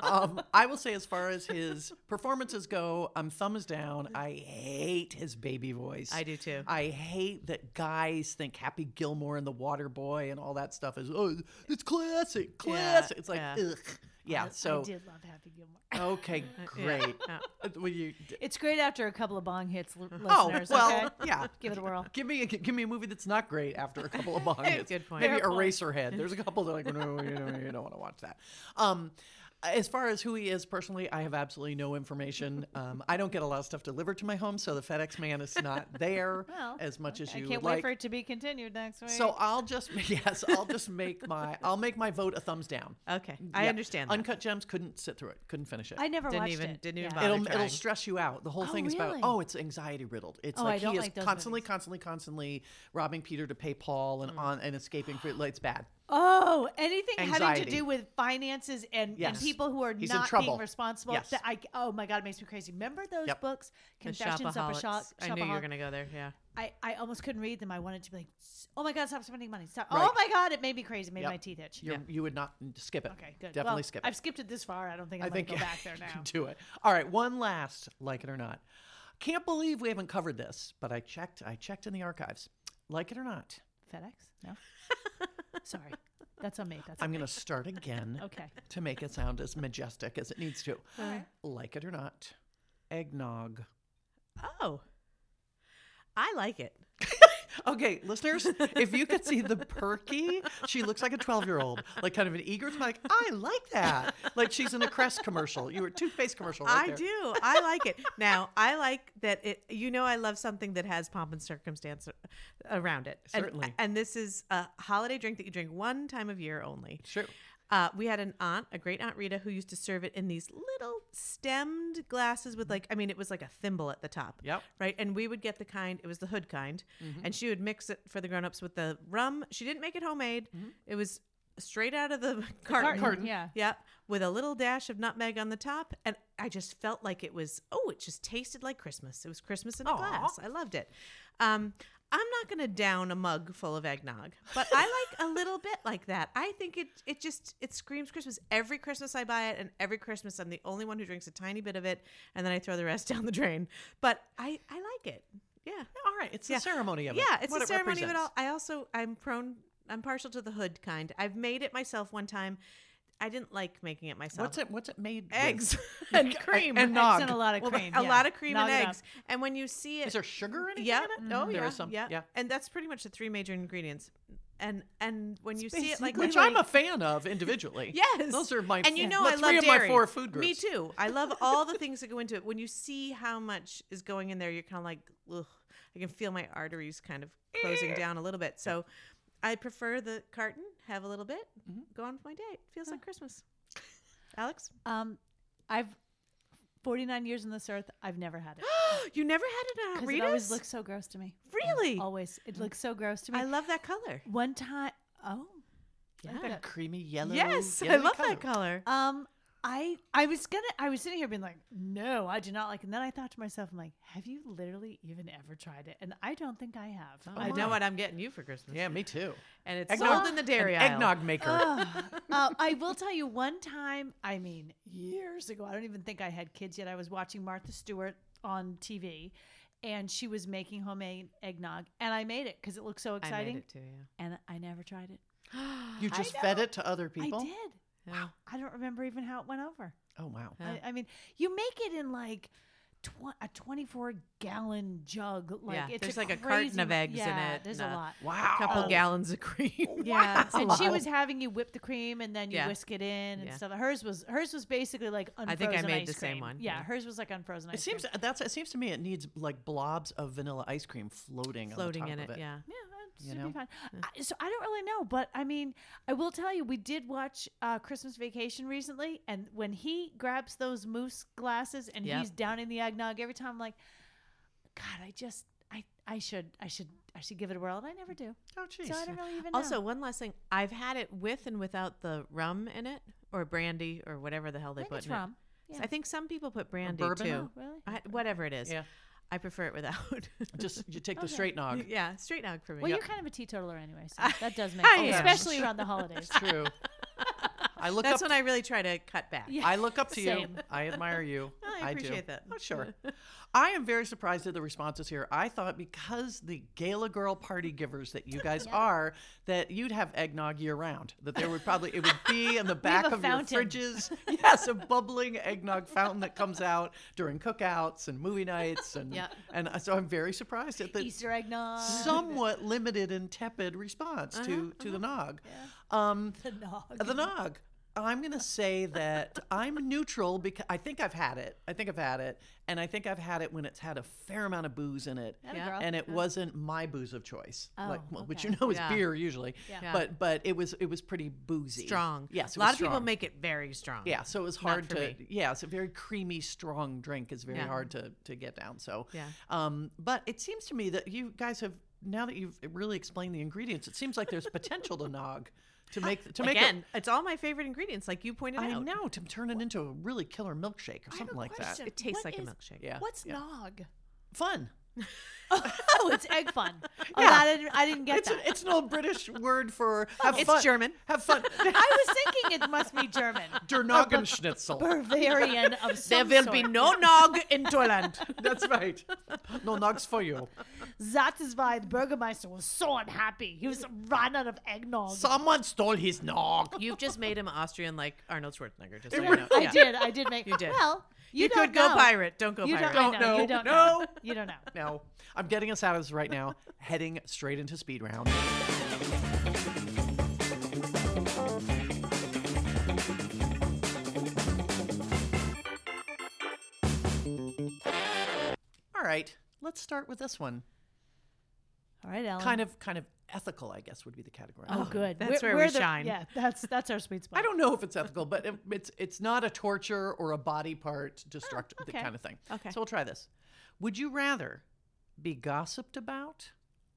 Um, I will say, as far as his performances go, I'm thumbs down. I hate his baby voice. I do too. I hate that guys think Happy Gilmore and the Water Boy and all that stuff is, oh, it's classic, classic. it's like, yeah. ugh. Yeah, <laughs> I so, did love Happy Gilmore. <laughs> okay, great. Will you, It's great after a couple of bong hits, l- <laughs> oh, listeners. well, okay? yeah. give it a whirl. Give me a, give me a movie that's not great after a couple <laughs> of bong hits. Good point. Maybe Fair point. Eraserhead. There's a couple that are like no, you, know, you don't want to watch that. Um, as far as who he is personally, I have absolutely no information. Um, I don't get a lot of stuff delivered to my home, so the FedEx man is not there <laughs> Well, as much as I you can't would wait like. for it to be continued next week. so I'll just <laughs> yes, I'll just make my I'll make my vote a thumbs down. Okay, I Yeah. understand. That. Uncut Gems couldn't sit through it, couldn't finish it. I never Didn't watched even- it. didn't even yeah. bother. It'll it'll trying. stress you out. The whole Oh, thing is about really? oh, it's anxiety riddled. It's Oh, I like don't he is like those constantly, movies. Mm. constantly, constantly robbing Peter to pay Paul and on and escaping. For, like, it's bad. Oh, anything having to Anxiety. do with finances and, and Yes. people who are He's in not being trouble. responsible. Yes. that I, oh my God, it makes me crazy. Remember those Yep. books, The Confessions of a Shopaholics. Shop- I knew you were Shopaholic? gonna go there. Yeah. I, I almost couldn't read them. I wanted to be like, "S- oh my God, stop spending money. Stop. Right. Oh my God, it made me crazy. It made Yep. my teeth itch. You're, You would not mm, skip it. Okay, good. Definitely Well, skip it. I've skipped it this far. I don't think I I'm going think to <laughs> go back there you now. can do it. All right, one last, like it or not. Can't believe we haven't covered this, but I checked. I checked in the archives. Like it or not, FedEx? No. Sorry. That's on me. That's on I'm going to start again me. <laughs> Okay. to make it sound as majestic as it needs to. Alright. Like it or not, eggnog. Oh, I like it. Okay, listeners, if you could see the perky, she looks like a 12 year old, like kind of an eager, like, I like that. Like she's in a Crest commercial. You were toothpaste commercial, right? I there. do. I like <laughs> it. Now, I like that it. You know, I love something that has pomp and circumstance a- around it. And- Certainly. And this is a holiday drink that you drink one time of year only. Sure. Uh, we had an aunt, a great aunt Rita, who used to serve it in these little stemmed glasses with like, I mean, it was like a thimble at the top. Yep. Right. And we would get the kind, it was the hood kind, and she would mix it for the grown ups with the rum. She didn't make it homemade. It was straight out of Mm-hmm. the carton. Carton, yeah. Yep. With a little dash of nutmeg on the top. And I just felt like it was, oh, it just tasted like Christmas. It was Christmas in a Aw. glass. I loved it. Um, I'm not going to down a mug full of eggnog, but I like a little bit like that. I think it it just it screams Christmas. Every Christmas I buy it and every Christmas I'm the only one who drinks a tiny bit of it and then I throw the rest <laughs> down the drain. But I I like it. Yeah. All right, it's Yeah. the ceremony of it. Yeah, it's what a ceremony of it represents. all. I also I'm prone I'm partial to the hood kind. I've made it myself one time. I didn't like making it myself. What's it? What's it made? with? Eggs <laughs> <laughs> and cream. and Eggs nog. and a lot of Well, cream. a yeah. lot of cream Nog it and up. eggs. And when you see it Is there sugar in it? yeah. Oh, There yeah. is some. yeah. Yeah. And that's pretty much the three major ingredients. And and when you see it like Which that- I'm a fan of <laughs> individually. Yes. Those are my and you f- know my I three love of dairy. my four food groups. Me too. I love all the things that go into it. When you see how much is going in there, you're kind of like, ugh, I can feel my arteries kind of closing down a little bit. So I prefer the carton. Have a little bit. Mm-hmm. <gasps> Go on with my day. It feels like Christmas. Alex, Um, I've 49 years on this earth, I've never had <gasps> it. you never had an Because it arena? always looks so gross to me. really. Always. It looks so gross to me. I love that color. One time, oh, Yeah, like that that. creamy yellow. yes, I yellowy Oh, love that color. um, I I was gonna I was sitting here being like, no, I do not like. And then I thought to myself, I'm like, have you literally even ever tried it? And I don't think I have. Oh, I my. know what I'm getting you for Christmas. Yeah, me too. and it's Eggnog- sold in the dairy An aisle. Oh, eggnog maker. Ugh. uh, I will tell you one time, I mean, years ago, I don't even think I had kids yet. I was watching Martha Stewart on TV and she was making homemade eggnog and I made it because it looked so I exciting made it too. Yeah. and I never tried it. <gasps> you I just know. fed it to other people. I did. Yeah. <gasps> I don't remember even how it went over. Oh wow. Yeah. I, I mean, you make it in like tw- a 24 gallon jug. Like Yeah, it there's took like a carton crazy of mo- eggs in yeah, it There's and a a lot. Wow. couple gallons of <laughs> cream. Yeah, and she Wow. was having you whip the cream and then you Yeah. whisk it in and Yeah. stuff. Hers was hers was basically like unfrozen I think I made ice the same cream. one, Yeah, yeah. hers was like unfrozen. It ice cream. seems that's it seems to me it needs like blobs of vanilla ice cream floating floating on the in top it. of it. Yeah. Yeah, it You should know? be fine. I, so I don't really know, but I mean, I will tell you, we did watch uh, Christmas Vacation recently, and when he grabs those moose glasses and Yep. he's downing the eggnog every time, I'm like, God, I just, I, I should, I should, I should give it a whirl, and I never do. Oh jeez. So I don't really even. Also, know. one last thing. I've had it with and without the rum in it, or brandy, or whatever the hell I they think put it's in rum. it. yeah. I think some people put brandy bourbon? too. Oh, really? I, whatever it is. Yeah. I prefer it without. <laughs> Just you take the Okay. straight nog. yeah, straight nog for me. Well, you're kind of a teetotaler anyway, so that <laughs> does make I sense, am. especially around the holidays. <laughs> It's true. I look That's up when I really try to cut back. Yeah. I look up to you. Same. I admire you. Oh, <laughs> I do. appreciate that. Oh, sure. I am very surprised at the responses here. I thought because the gala girl party givers that you <laughs> guys are, that you'd have eggnog year round. That there would probably it would <laughs> be in the back a of fountain. your <laughs> fridges. Yes, a bubbling eggnog fountain that comes out during cookouts and movie nights and Yeah. and uh, so I'm very surprised at the Easter eggnog. somewhat limited and tepid response to Uh-huh, to the nog. Um, <laughs> <laughs> the nog. the nog. I'm going to say that I'm neutral because I think I've had it. I think I've had it. And I think I've had it when it's had a fair amount of booze in it. Atta Yeah. girl. And it wasn't my booze of choice, like, Oh, wh- which okay. you know is Yeah. beer usually. Yeah. <laughs> Yeah. But but it was it was pretty boozy. strong. Yes, it a lot was of people strong. make it very strong. Yeah, so it was Not hard for to. me. Yeah, it's a very creamy, strong drink. It's very Yeah. hard to to get down. So Yeah. Um, but it seems to me that you guys have now that you've really explained the ingredients, it seems like there's potential to nog to make to make it- Again, it's all my favorite ingredients, like you pointed I out. know to turn it into a really killer milkshake or I have something a like that. question. It tastes What like a is- milkshake. Yeah. What's yeah. nog? Fun. oh, it's egg fun. <laughs> Oh, Yeah. that I, didn't, I didn't get It's, that. a, it's an old British <laughs> word for have It's fun. German. Have fun. I was thinking it must be German. <laughs> Der Noggenschnitzel. Bavarian of There some will sort. be no nog in Toyland. <laughs> That's right. No nogs for you. That is why the Burgermeister was so unhappy. He was ran out of eggnog. Someone stole his nog. You've just made him Austrian like Arnold Schwarzenegger. Just It so you re- know. I Yeah. did. I did make. You did. Well, you, You, don't could go know. pirate. Don't go You don't, pirate. I Don't know, know. You don't No. know. You don't know. <laughs> No, I'm getting us out of this right now, heading straight into speed round. All right, let's start with this one. All right, Ellen. Kind of, kind of ethical, I guess, would be the category. Um, Oh, good. That's We're- where we we're the- shine. Yeah, that's that's our sweet spot. I don't know if it's ethical, but it- it's it's not a torture or a body part destruct that Oh, okay. kind of thing. Okay. So we'll try this. Would you rather be gossiped about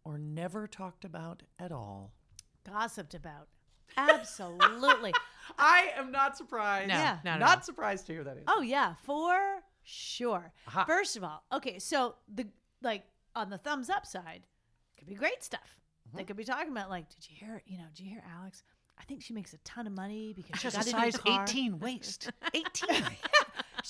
or never talked about at all? gossiped about. <laughs> Absolutely. I am not surprised. No, Yeah. not at all. Not surprised to hear that. Answer. Oh yeah, for sure. Aha. First of all, okay, so the like on the thumbs up side could be great stuff. Mm-hmm. They could be talking about like, did you hear? You know, did you hear Alex? I think she makes a ton of money because she She has a got a new size car. 18 <laughs> waist. 18.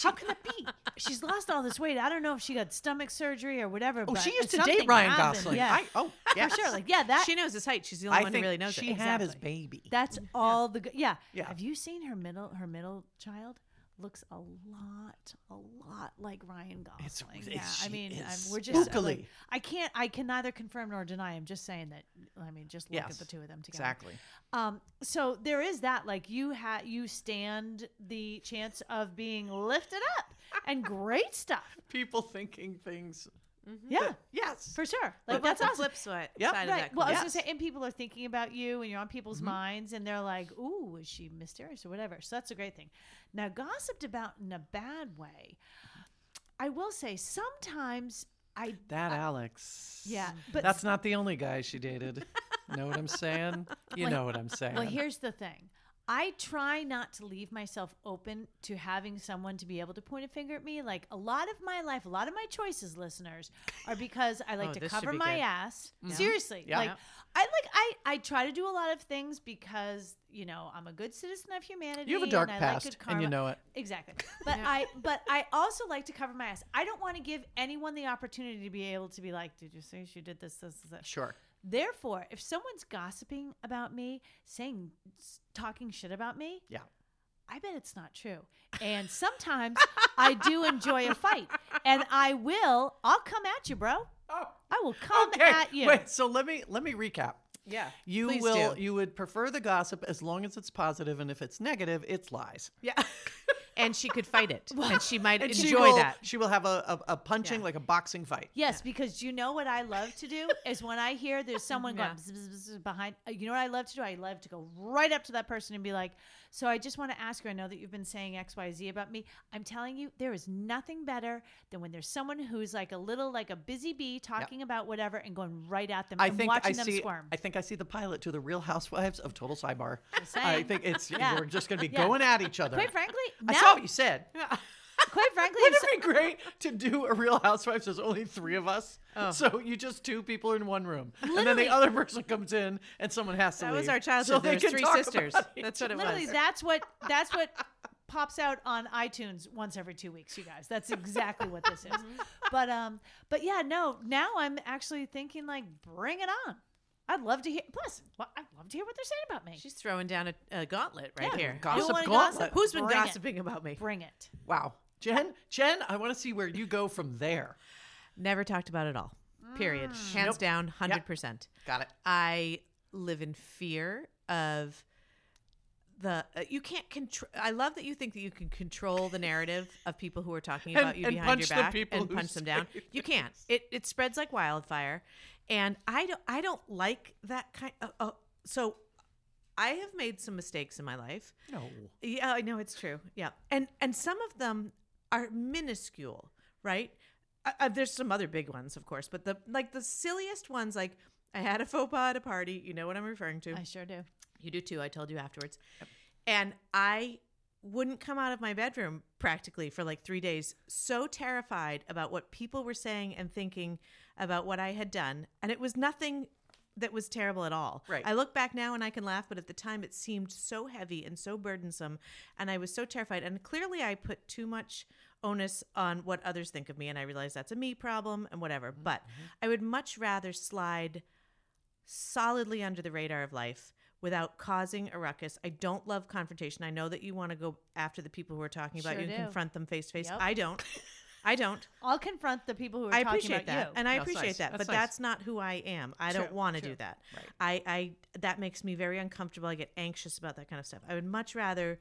How can that be? She's lost all this weight. I don't know if she got stomach surgery or whatever. oh, but she used to something date Ryan happened. Gosling. Yeah, I, oh, yes. for sure. Like, yeah, that She knows his height. She's the only I one think who really knows she it. had his Exactly. baby. That's all the good. Yeah. Yeah. Have you seen her middle her middle child? Looks a lot, a lot like Ryan Gosling. It's- it- yeah, I she mean, I'm, is we're just I'm like- spookily. I can't, I can neither confirm nor deny. I'm just saying that. I mean, just look Yes, at the two of them together. exactly. Um, so there is that. Like you ha you stand the chance of being lifted up and great stuff. People thinking things Yeah, Yes. for sure. Like Like that's the awesome. flip side, Yep. side of Right. that. Mm-hmm. Well, coin. I was Yes. gonna say, and people are thinking about you, and you're on people's minds, and they're like, "Ooh, is she mysterious or whatever?" So that's a great thing. Now, gossiped about in a bad way. I will say, sometimes I that Alex. Uh, yeah, but That's not the only guy she dated. know what I'm saying? You Well, know what I'm saying. Well, here's the thing. I try not to leave myself open to having someone to be able to point a finger at me. Like a lot of my life, a lot of my choices, listeners, are because I like Oh, to this should cover be my good. ass. Yeah. Seriously, Yeah. like Yeah. I like I I try to do a lot of things because you know I'm a good citizen of humanity. you have a dark and I past, like and good karma. you know it. <laughs> Exactly. But Yeah. I but I also like to cover my ass. I don't want to give anyone the opportunity to be able to be like, did you see she did this, this, this, this. Sure. Therefore, if someone's gossiping about me, saying, s- talking shit about me, Yeah. I bet it's not true. And sometimes I do enjoy a fight, and I will. I'll come at you, bro. Oh, I will come okay. at you. Wait. So let me let me recap. yeah. You Please will. do. You would prefer the gossip as long as it's positive, and if it's negative, it's lies. Yeah. and she could fight it, and she might And enjoy she will, that. She will have a a, a punching Yeah. like a boxing fight. Yes, because you know what I love to <laughs> do is when I hear there's someone going Yeah. bzz, bzz, bzz, bzz behind. uh, You know what I love to do? I love to go right up to that person and be like, "So I just want to ask you. I know that you've been saying X, Y, Z about me. I'm telling you, there is nothing better than when there's someone who's like a little like a busy bee talking about whatever and going right at them I and think watching I them see. squirm. I think I see the pilot to the Real Housewives of Total Sidebar. Just I saying. think it's Yeah. we're just going to be Yeah. going at each other. quite frankly, I now, saw what you said. quite <laughs> frankly, if Wouldn't so- it be great to do a Real Housewives? There's only three of us, Oh. so you just two people are in one room, and then the Literally. other person comes in, and someone has to. That was leave, our so childhood. they There's can three talk sisters. about it. That's what it literally was. that's what that's what pops out on iTunes once every two weeks, you guys. That's exactly what <laughs> this is. But um, but yeah, no. Now I'm actually thinking like, bring it on. I'd love to hear. Plus, well, I'd love to hear what they're saying about me. She's throwing down a, a gauntlet right Yeah. here. Gossip wanna gauntlet. gossip? Who's been Bring it. gossiping about me? Bring it. Wow, Jen, Jen, I want to see where you go from there. Never talked about it all. Period. Hands Nope. down, hundred percent. Got it. I live in fear of the. Uh, you can't control. I love that you think that you can control the narrative of people who are talking And- about you and behind punch your the back people and who punch them say <laughs> down. You can't. It it spreads like wildfire, and I don't. I don't like that kind. Of, uh, so, I have made some mistakes in my life. No, Yeah, I know it's true. Yeah, and and some of them are minuscule, right? Uh, uh, there's some other big ones, of course, but the like the silliest ones, like I had a faux pas at a party. You know what I'm referring to. I sure do. You do too. I told you afterwards, and I wouldn't come out of my bedroom practically for like three days, so terrified about what people were saying and thinking about what I had done, and it was nothing. That was terrible at all. Right. I look back now and I can laugh, but at the time it seemed so heavy and so burdensome. And I was so terrified. And clearly I put too much onus on what others think of me. And I realized that's a me problem and whatever. But I would much rather slide solidly under the radar of life without causing a ruckus. I don't love confrontation. I know that you want to go after the people who are talking about Sure you and do. confront them face to face. Yep. I don't. I don't. I'll confront the people who are I talking appreciate about that, you. and I That's appreciate nice. that, That's but nice. that's not who I am. I don't True, want to do true. that. Right. I, I that makes me very uncomfortable. I get anxious about that kind of stuff. I would much rather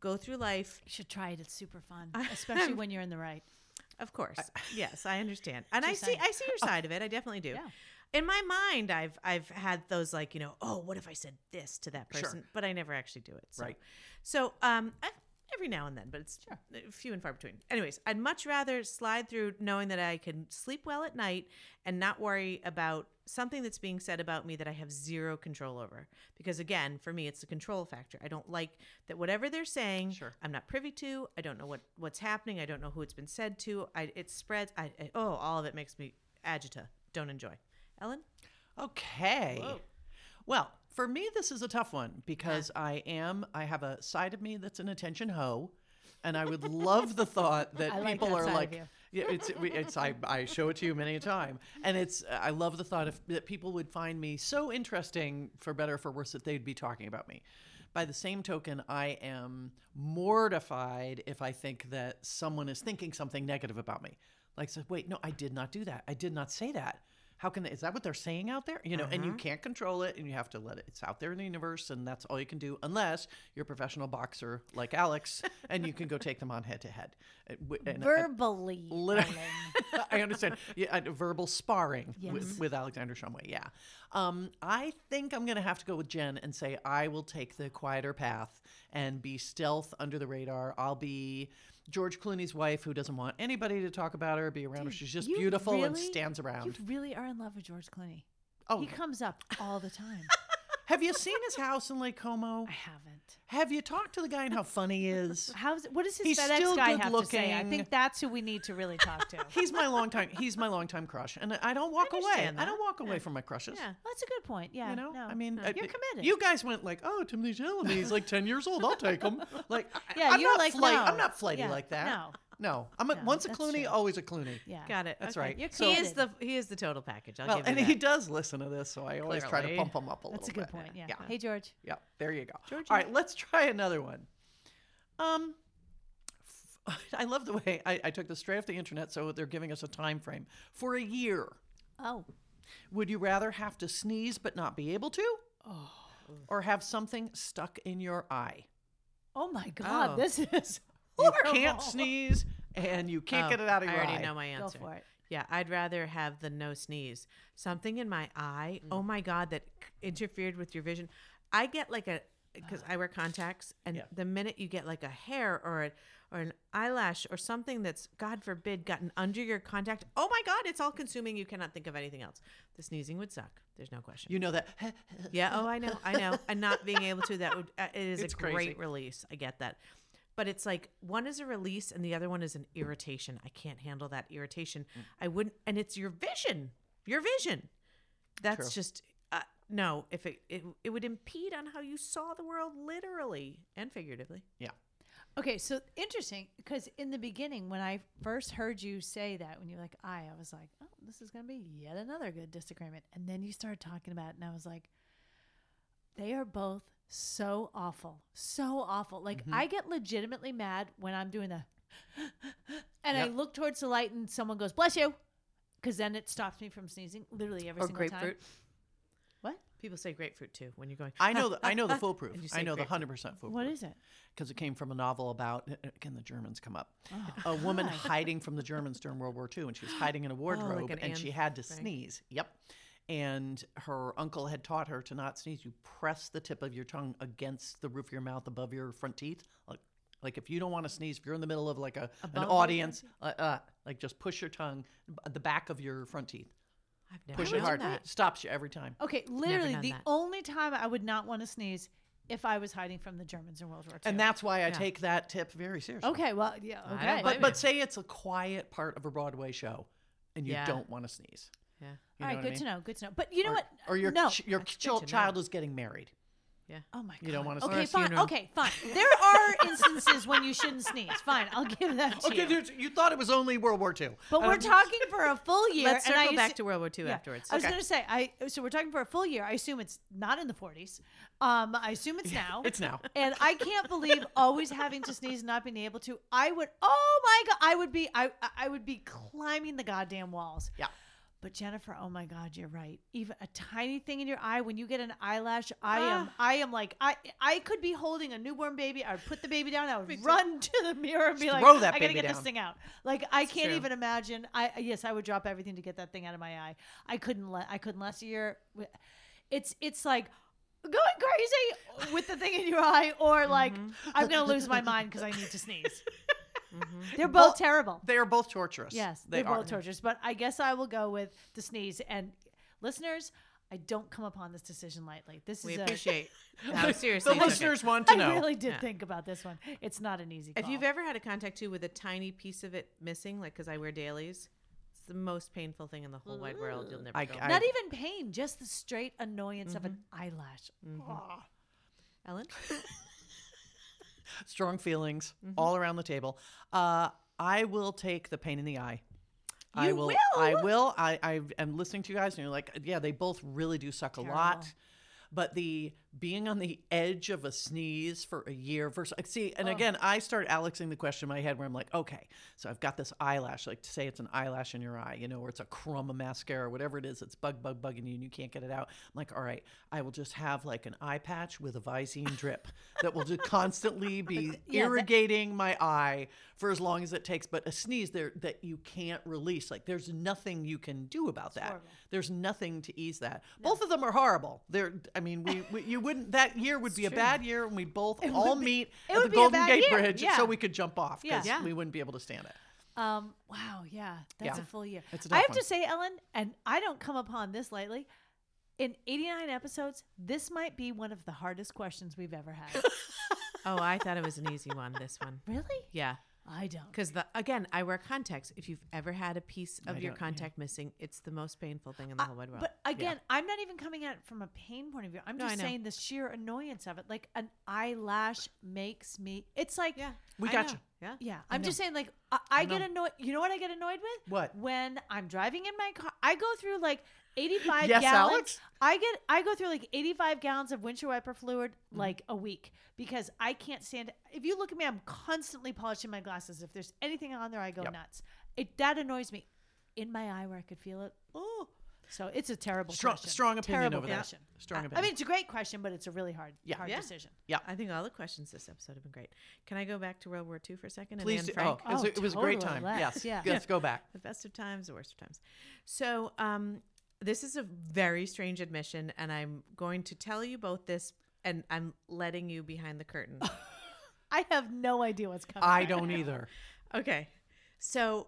go through life you should try it. It's super <laughs> fun, especially when you're in the right. Of course. yes, I understand. And I Just see saying. Oh. I see <laughs> your side of it. I definitely do. Yeah. In my mind I've I've had those like, you know, oh, what if I said this to that Sure. person? But I never actually do it. So. Right. So um I, every now and then, but it's few and far between. Anyways, I'd much rather slide through knowing that I can sleep well at night and not worry about something that's being said about me that I have zero control over. Because again, for me it's the control factor. I don't like that whatever they're saying Sure. I'm not privy to. I don't know what what's happening. I don't know who it's been said to. I, it spreads. I, I oh, all of it makes me agita. Don't enjoy. Ellen, Okay. Whoa. Well, for me, this is a tough one because I am, I have a side of me that's an attention hoe. And I would love the <laughs> thought that I like people that are side of like, you. yeah, it's, we- it's I, I show it to you many a time. And it's, I love the thought of that people would find me so interesting, for better or for worse, that they'd be talking about me. By the same token, I am mortified if I think that someone is thinking something negative about me. Like, so, wait, no, I did not do that. I did not say that. how can they, is that what they're saying out there? You know, and you Mm-hmm. can't control it and you have to let it, it's out there in the universe and that's all you can do unless you're a professional boxer like Alex and you can go take them on head to head. Uh, w- and, uh, verbally. Literally. Ellen. <laughs> I understand. Yeah, uh, verbal sparring Yes. Mm-hmm. with, with Alexander Shumway. Yeah. Um, I think I'm going to have to go with Jen and say I will take the quieter path and be stealth under the radar. I'll be George Clooney's wife who doesn't want anybody to talk about her, be around her. Dude, She's just you beautiful and really- stands You around. really are in love with George Clooney. Oh, He comes up all <laughs> the time. have you seen his house in Lake Como? <laughs> I haven't. Have you talked to the guy and how funny he is? How's what does his He's FedEx still guy have to say? I good-looking. think that's who we need to really <laughs> talk to. well, He's my long time. He's my long time crush, and I don't walk away. understand I don't that. walk away from my crushes. Yeah. that's a good point. Yeah. you know, no, I mean, no. I- you're committed. You guys went like, "Oh, Timothy Chalamet, he's like ten years old. I'll take <laughs> him." Like, yeah, yeah, I'm you're not like flight- no. I'm not flighty Yeah, like that. No, No. I'm a, No, once a that's Clooney, true. always a Clooney. Yeah. Got it. That's Okay. right. You're So- he is committed. the he is the total package. I'll well, give you and that. he does listen to this, so I always try to Clearly. pump him up a little. That's a good bit. point. Yeah. Yeah. Hey, George. Yeah, there you go. Georgie. All right, let's try another one. Um, <laughs> f- I love the way I, I took this straight off the internet, so they're giving us a time frame for a year. Oh. Would you rather have to sneeze but not be able to, or have something stuck in your eye? Oh my God. Oh. This is <laughs> You horrible. can't sneeze and you can't Oh, get it out of I your already eye. know my Go answer. for it. Yeah, I'd rather have the no sneeze. Something in my eye. Mm. Oh my god, that c- interfered with your vision. I get like a because I wear contacts, and Yeah. the minute you get like a hair or a, or an eyelash or something that's God forbid gotten under your contact. Oh my god, it's all consuming. You cannot think of anything else. The sneezing would suck. There's no question. You know that. <laughs> yeah. Oh, I know. I know. And not being able to that would uh, it is It's a crazy. great release. I get that. But it's like one is a release and the other one is an irritation. I can't handle that irritation. Mm. I wouldn't and it's your vision. Your vision. That's True. just uh, no, if it, it it would impede on how you saw the world literally and figuratively. Okay, so interesting because in the beginning, when I first heard you say that, when you were like I, I was like, oh, this is going to be yet another good disagreement. And then you started talking about it, and I was like, they are both so awful, so awful. Like, I get legitimately mad when I'm doing the, <laughs> and I Yep. look towards the light, and someone goes, bless you, because then it stops me from sneezing literally every Or single time. Oh, grapefruit. What? People say grapefruit too when you're going. I know the I know the foolproof. And you I say know the grapefruit. hundred percent foolproof. What is it? Because it came from a novel about uh, can the Germans come up? Oh, A woman God. hiding from the Germans during World War II, and she was hiding in a wardrobe, an and Anne she had to Frank. sneeze. Yep. And her uncle had taught her to not sneeze. You press the tip of your tongue against the roof of your mouth above your front teeth. Like, like if you don't want to sneeze, if you're in the middle of like a, an Above your audience, uh, uh, like just push your tongue, b- the back of your front teeth. <laughs> I've never Push done it hard. That. Stops you every time. Okay, literally done the that. only time I would not want to sneeze if I was hiding from the Germans in World War II. And that's why I Yeah. take that tip very seriously. okay, well, yeah, I okay. don't blame But, But, Right. but say it's a quiet part of a Broadway show and you Yeah. don't want to sneeze. Yeah. You all right, know what good I mean? to know. Good to know. But you know or, what? Or your no. ch- your That's good chil- to know. child is getting married. Oh my god. you don't wanna Okay, sneeze. fine. Funeral. Okay, fine. There are <laughs> instances when you shouldn't sneeze. Fine, I'll give that to Okay, you. there's, you thought it was only World War II. But we're Um, talking for a full year. Let's and I circle back assu- to World War II yeah. afterwards. I was Okay. going to say, I so we're talking for a full year. I assume it's not in the 40s. Um, I assume it's now. It's now. and I can't believe always having to sneeze and not being able to. I would. Oh my god! I would be. I. I would be climbing the goddamn walls. Yeah. But Jennifer, oh my God, you're right. Even a tiny thing in your eye, when you get an eyelash, I am, I am like, I, I could be holding a newborn baby. I would put the baby down. I would run to the mirror and be Just like, throw that I gotta baby get this down." thing out. Like I can't true. even imagine. I yes, I would drop everything to get that thing out of my eye. I couldn't let. I couldn't last year. It's it's like going crazy with the thing in your eye, or Mm-hmm. like I'm gonna lose my mind because I need <laughs> to sneeze. Mm-hmm. <laughs> They're both Well, terrible. They are both torturous. Yes, they they are are. both torturous, but I guess I will go with the sneeze. And listeners, I don't come upon this decision lightly. This we is a I <laughs> appreciate how The- seriously the you took it. listeners want to know. really did Yeah. think about this one. It's not an easy. Call. If you've ever had a contact too with a tiny piece of it missing, like because I wear dailies, it's the most painful thing in the whole wide world. You'll never. I- go I- back. not even pain, just the straight annoyance of an Mm-hmm. eyelash. Mm-hmm. Ah. Ellen. Strong feelings all around the table. Uh, I will take the pain in the eye. I You will, will? I will. I, I am listening to you guys, and you're like, yeah, they both really do suck a lot. But the being on the edge of a sneeze for a year versus like, see Oh. and again i start alexing the question in my head where i'm like okay so i've got this eyelash like say it's an eyelash in your eye you know or it's a crumb of mascara whatever it is it's bug bug bugging you and you can't get it out i'm like all right i will just have like an eye patch with a visine drip that will just constantly be <laughs> yeah, that- irrigating my eye for as long as it takes but a sneeze there that you can't release like there's nothing you can do about that horrible. there's nothing to ease that. Both of them are horrible. They're, I mean, we, we you wouldn't that year would be a true. bad year, and we both all meet at would the be a Golden bad Gate year, Bridge yeah. so we could jump off because Yeah. we wouldn't be able to stand it. Um, wow, yeah, that's Yeah. a full year. It's a I tough have one. to say, Ellen, and I don't come upon this lightly. In 89 episodes, this might be one of the hardest questions we've ever had. Oh, I thought it was an easy one. This one, really? yeah, I don't. because the again, I wear contacts. If you've ever had a piece I of your don't, yeah. Uh, contact missing, it's the most painful thing in the whole wide world. But again, I'm not even coming at it from a pain point of view. I'm No, I just know. saying the sheer annoyance of it. Like an eyelash makes me. It's like yeah, We I got know. you. Yeah, Yeah, I'm just saying, like, I, I get annoyed. You know what I get annoyed with? What? When I'm driving in my car, I go through like 85 Yes, gallons. Alex? I get, I go through like 85 gallons of windshield wiper fluid Mm-hmm. like a week because I can't stand. it. If you look at me, I'm constantly polishing my glasses. If there's anything on there, I go Yep. nuts. It that annoys me in my eye where I could feel it. Oh, so it's a terrible Strong, question. strong opinion terrible over question. that. Strong I- opinion. I mean, it's a great question, but it's a really hard, Yeah. hard Yeah. decision. I think all the questions this episode have been great. Can I go back to World War II for a second? and please. Anne Do, Frank? Oh, it was, Oh, it was a great totally, time. Yes. Lex, yeah. Let's go <laughs> back. the best of times, the worst of times. So, um, this is a very strange admission, and I'm going to tell you both this, and I'm letting you behind <laughs> the curtain. I have no idea what's coming. I don't either. okay. So,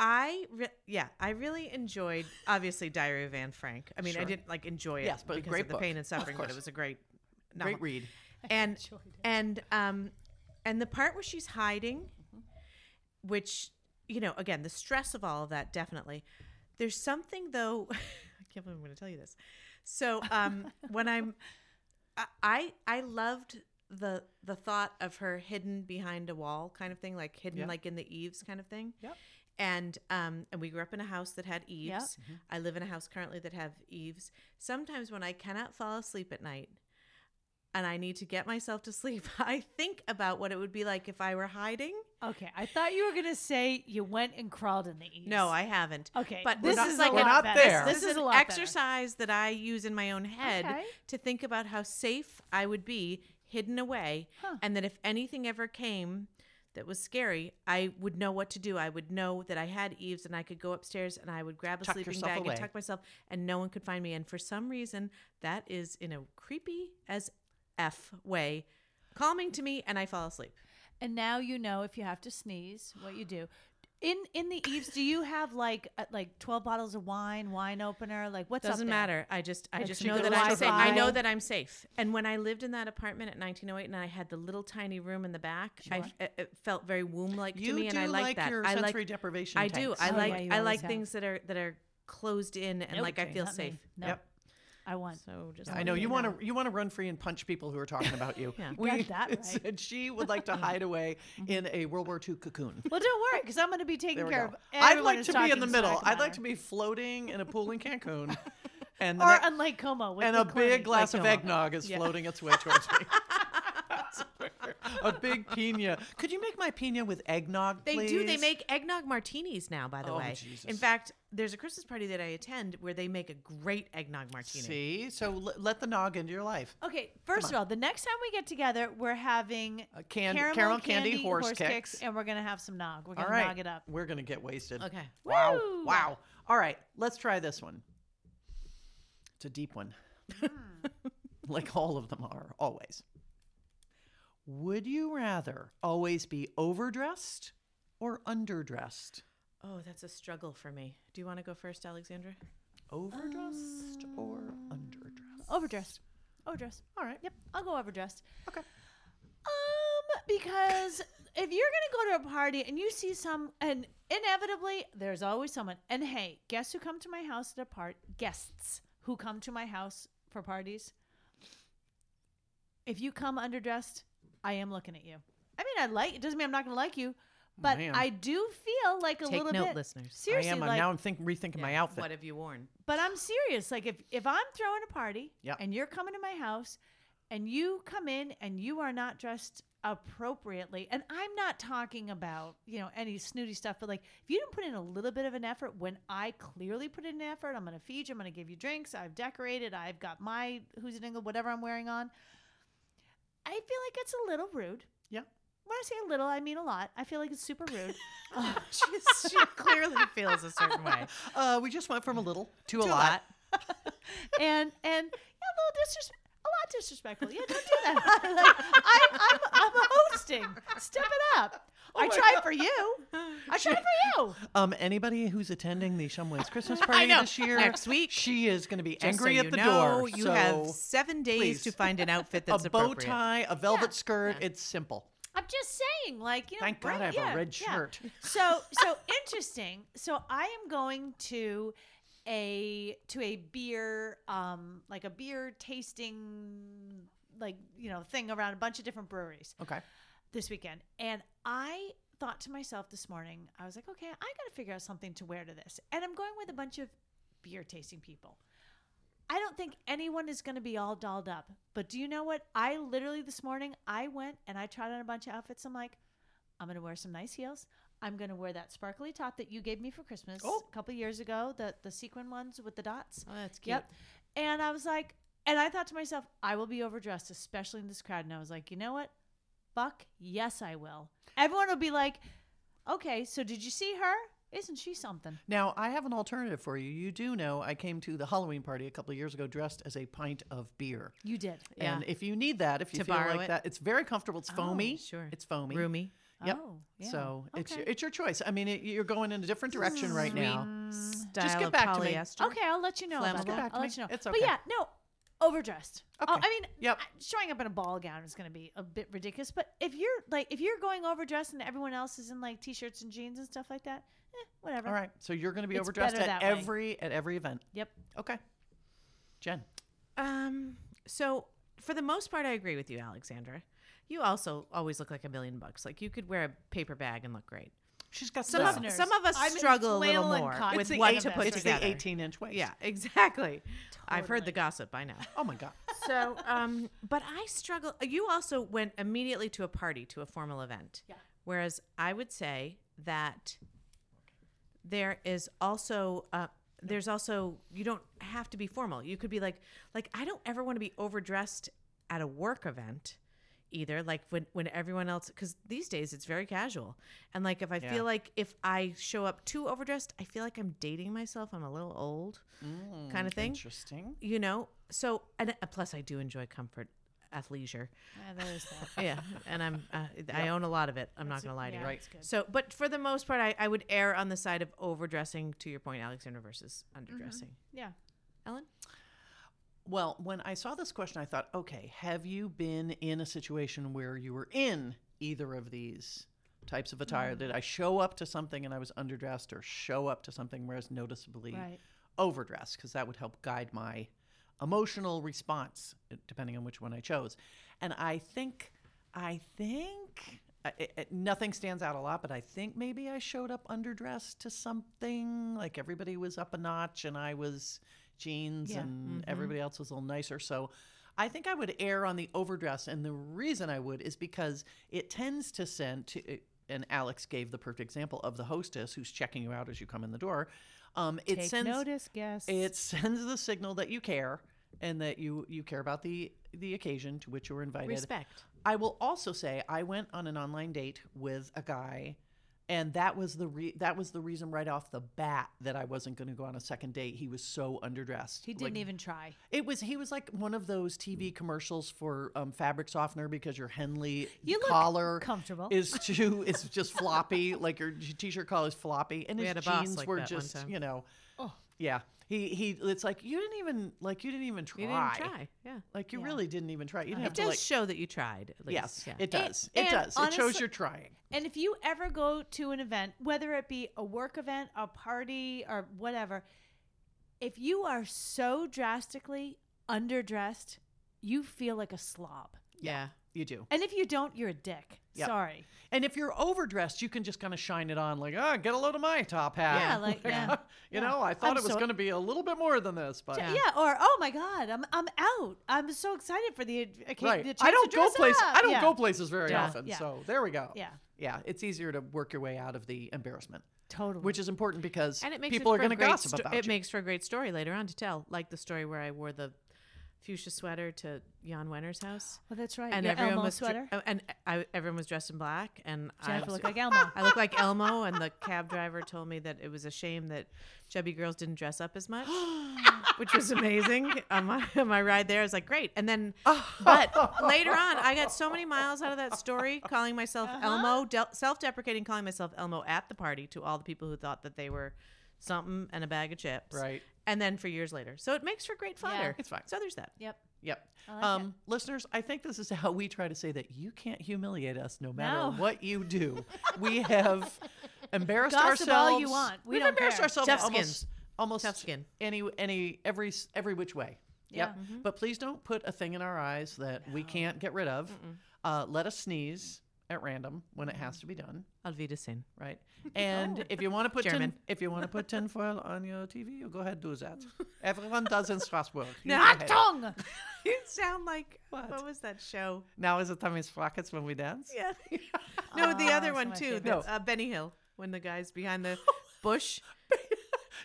I re- yeah, I really enjoyed obviously Diary of Anne Frank. I mean, I Sure. didn't like enjoy it Yes, but a because great of the book. pain and Of suffering, but it course. was a great novel. Great read. <laughs> and enjoyed it. and um and the part where she's hiding Mm-hmm. which you know again the stress of all of that definitely there's something though <laughs> i can't believe i'm going to tell you this so <laughs> um when i'm I- i i loved the the thought of her hidden behind a wall kind of thing like hidden Yeah. like in the eaves kind of thing Yep. and um and we grew up in a house that had eaves i live in a house currently that have eaves sometimes when i cannot fall asleep at night and I need to get myself to <laughs> sleep, I think about what it would be like if I were hiding. Okay, I thought you were gonna say you went and crawled in the eaves. No, I haven't. Okay, but this this is is a like we're lot not better. there. This, is, a an lot better. exercise that I use in my own head Okay. to think about how safe I would be hidden away, Huh. and that if anything ever came that was scary, I would know what to do. I would know that I had eaves, and I could go upstairs and I would grab a Tuck sleeping yourself bag away. and tuck myself, and no one could find me. And for some reason, that is in a creepy as f way, calming to me, and I fall asleep. And now you know if you have to sneeze, what you do. In in the eaves, do you have like uh, like twelve bottles of wine, wine opener? Like what's up doesn't there? matter. I just I Like just she know goes that I'm outside. safe. I know that I'm safe. And when I lived in that apartment at 1908, and I had the little tiny room in the back, I Sure. it, it felt very womb like to You me, do and I like, like that. your I sensory like deprivation. I do. tanks. I Oh, like yeah, you I always like have. things that are that are closed in and Nope. like I feel Not me. safe. No. Yep. I won. So just I know you want to you want to run free and punch people who are talking about <laughs> you. Yeah. we Got that <laughs> right. said she would <laughs> like to hide away in a World War II cocoon. Well, don't worry, because I'm going to be There taking we care go. of. I'd everyone like who's to be in talking the middle. smack I'd about like her. to be floating in a pool in Cancun, <laughs> and the Or ne- on Lake Como with and the a big Clooney. glass Like of Como. eggnog is Yeah. floating <laughs> its way towards me. That's where- <laughs> a <laughs> big pina. Could you make my pina with eggnog, They please? do. They make eggnog martinis now, by the Oh, way. In Jesus. fact, there's a Christmas party that I attend where they make a great eggnog martini. See, so l- let the nog into your life. Okay, first of all, the next time we get together, we're having A can- caramel caramel candy horse kicks. and we're going to have some nog. We're All going right, to nog it up. we're gonna get wasted. Okay. Wow. Woo! Wow. All right, let's try this one. It's a deep one. <laughs> like all of them are, always. Would you rather always be overdressed or underdressed? Oh, that's a struggle for me. Do you want to go first, Alexandra? Overdressed or underdressed? Overdressed. Overdressed. All right. Yep, I'll go overdressed. Okay. Um, because if you're gonna go to a party and you see some, and inevitably there's always someone. And hey, guess who come to my house at a part? Guests who come to my house for parties. If you come underdressed, I am looking at you. I mean, I like. It doesn't mean I'm not gonna like you, but Man. I do feel like a Take little note, bit. listeners. I Seriously, I am. I'm like, now I'm think, rethinking my Yeah. outfit. What have you worn? but I'm serious. Like if if I'm throwing a party Yeah. and you're coming to my house and you come in and you are not dressed appropriately and i'm not talking about you know any snooty stuff but like if you didn't put in a little bit of an effort when i clearly put in an effort i'm going to feed you i'm going to give you drinks i've decorated i've got my who's in england whatever i'm wearing on i feel like it's a little rude Yeah. when i say a little i mean a lot i feel like it's super <laughs> rude Oh, she's, she clearly feels a certain way. Uh, we just went from a little to, To a lot. and and yeah, a little disrespect, a lot disrespectful. Yeah, don't do that. <laughs> like, I, I'm, I'm hosting. Step it up. I Oh my tried for you. I tried for you. Um, anybody who's attending the <laughs> Shumway's Christmas party know. this year Next week. she is going to be Just so angry you at the know, door. You so have seven days please. to find <laughs> an outfit a that's bow appropriate. tie, a velvet Yeah. skirt. It's simple. I'm just saying, like you know. Thank God bring- I have yeah, a red yeah. shirt. So so interesting. So I am going to a to a beer um like a beer tasting like you know thing around a bunch of different breweries. Okay. this weekend. And I thought to myself this morning, I was like, okay, I got to figure out something to wear to this. And I'm going with a bunch of beer tasting people. I don't think anyone is going to be all dolled up. But do you know what? I literally this morning, I went and I tried on a bunch of outfits. I'm like, I'm going to wear some nice heels. I'm going to wear that sparkly top that you gave me for Christmas Oh. a couple years ago, the, the sequin ones with the dots. Oh, that's cute. Yep. And I was like, and I thought to myself, I will be overdressed, especially in this crowd. And I was like, you know what? Fuck, yes, I will. Everyone will be like, okay, so did you see her? Isn't she something? Now I have an alternative for you. You do know I came to the Halloween party a couple of years ago dressed as a pint of beer. You did. Yeah. And if you need that, if you To feel borrow like it. that, it's very comfortable. It's foamy. sure. It's foamy. Roomy. Yep. Oh, yeah. So it's Okay. your, it's your choice. I mean, it, you're going in a different direction right now. Mm. Style get of back to me. polyester. Okay, I'll let you know. Flammable. About Get that. back to I'll me. let you know. It's But okay. yeah, no, overdressed. Oh, Okay. I mean, Yep. I- showing up in a ball gown is going to be a bit ridiculous. But if you're like, if you're going overdressed and everyone else is in like t-shirts and jeans and stuff like that, eh, whatever. All right. So you're going to be It's overdressed better at that way. every at every event. Yep. Okay. Jen. Um, so for the most part, I agree with you, Alexandra. You also always look like a million bucks. Like you could wear a paper bag and look great. She's got Some of, Listeners, some of us I'm in struggle a little flannel and more cotton. with It's the what eight- to put it's the together. 18 inch waist. Yeah, <laughs> exactly. I've heard Totally. the gossip by now. Oh my God. So, um, but I struggle. You also went immediately to a party, to a formal event. Yeah. Whereas I would say that there is also uh, there's also you don't have to be formal. You could be like like I don't ever want to be overdressed at a work event either like when when everyone else cuz these days it's very casual. And like if I Yeah. feel like if I show up too overdressed, I feel like I'm dating myself. I'm a little old kind of thing Interesting. you know so and uh, plus i do enjoy comfort athleisure Yeah, there is that. yeah <laughs> and i'm uh, i own a lot of it i'm not gonna lie to you yeah, Right. it's good. so but for the most part I, I would err on the side of overdressing to your point alexander versus underdressing Yeah. ellen Well, when I saw this question, I thought, okay, have you been in a situation where you were in either of these types of attire? Did I show up to something and I was underdressed, or show up to something where I was noticeably Right. overdressed? Because that would help guide my emotional response, uh, depending on which one I chose. And I think, I think. I- I I- nothing stands out a lot, but I think maybe I showed up underdressed to something. Like everybody was up a notch, and I was jeans, Yeah. mm-hmm. and Mhm. everybody else was a little nicer. So I think I would err on the overdress. And the reason I would is because it tends to send to, uh, and Alex gave the perfect example of the hostess who's checking you out as you come in the door. Um, it Take sends notice, guess. it sends the signal that you care and that you you care about the the occasion to which you were invited. respect I will also say I went on an online date with a guy, and that was the re- that was the reason right off the bat that I wasn't going to go on a second date. He was so underdressed. he Like, didn't even try. It was he was like one of those TV commercials for um, fabric softener because your Henley You look collar comfortable. <laughs> is too is just floppy. Like your t-shirt collar is floppy, and We his had a boss jeans like were that one just time. you know, Oh. yeah. He he. It's like you didn't even like you didn't even try. you didn't try yeah Like you Yeah. really didn't even try. You didn't it have to does like. show that you tried at least Yes, yeah. it does. it and does. it shows honestly- you're trying. and if you ever go to an event, whether it be a work event, a party, or whatever, if you are so drastically underdressed, you feel like a slob. yeah You do. And if you don't, you're a dick. Yep. Sorry. And if you're overdressed, you can just kind of shine it on, like, ah, get a load of my top hat. <laughs> Yeah, like, yeah. you Yeah. know, I thought I'm it was so- going to be a little bit more than this, but Yeah. Or oh my god, I'm I'm out. I'm so excited for the okay, right. the chance I don't to go dress places. up. I don't Yeah. go places very Yeah. often, Yeah. so there we go. Yeah. yeah. It's easier to work your way out of the embarrassment, Totally. which is important because and it makes people it are for a going to great gossip sto- about it you. makes for a great story later on to tell, like the story where I wore the fuchsia sweater to Jan Wenner's house, well, that's right. and Your everyone Elmo was dr- sweater. oh, and I, everyone was dressed in black, and I Jennifer was, looked like Elmo. <laughs> I look like Elmo, and the cab driver told me that it was a shame that chubby girls didn't dress up as much, which was amazing. On my, on my ride there, I was like, great. And then, but later on, I got so many miles out of that story, calling myself Elmo, del self-deprecating, calling myself Elmo at the party to all the people who thought that they were something and a bag of chips. Right. And then for years later, so it makes for great fodder. It's fine. So there's that. Yep. Yep. I like um, Listeners, I think this is <laughs> how we try to say that you can't humiliate us no matter No. what you do. we have embarrassed Gossip ourselves. all you want. We have don't embarrassed care. ourselves Tough almost, skin. almost Tough skin. any any every s- every which way. Yep. Yeah. But please don't put a thing in our eyes that we can't get rid of. Uh, let us sneeze at random when it has to be done. Alvidasin. Right. And if you want to put tin, German. if you want to put tinfoil on your TV, you go ahead and do <laughs> that. Everyone does in Strasbourg. You go ahead. Achtung! <laughs> You sound like What? what was that show? Now is the time in sprockets when we dance. Yeah. no, the Oh, other it's one my too. The, favorite. uh, Benny Hill when the guy's <laughs> behind the bush.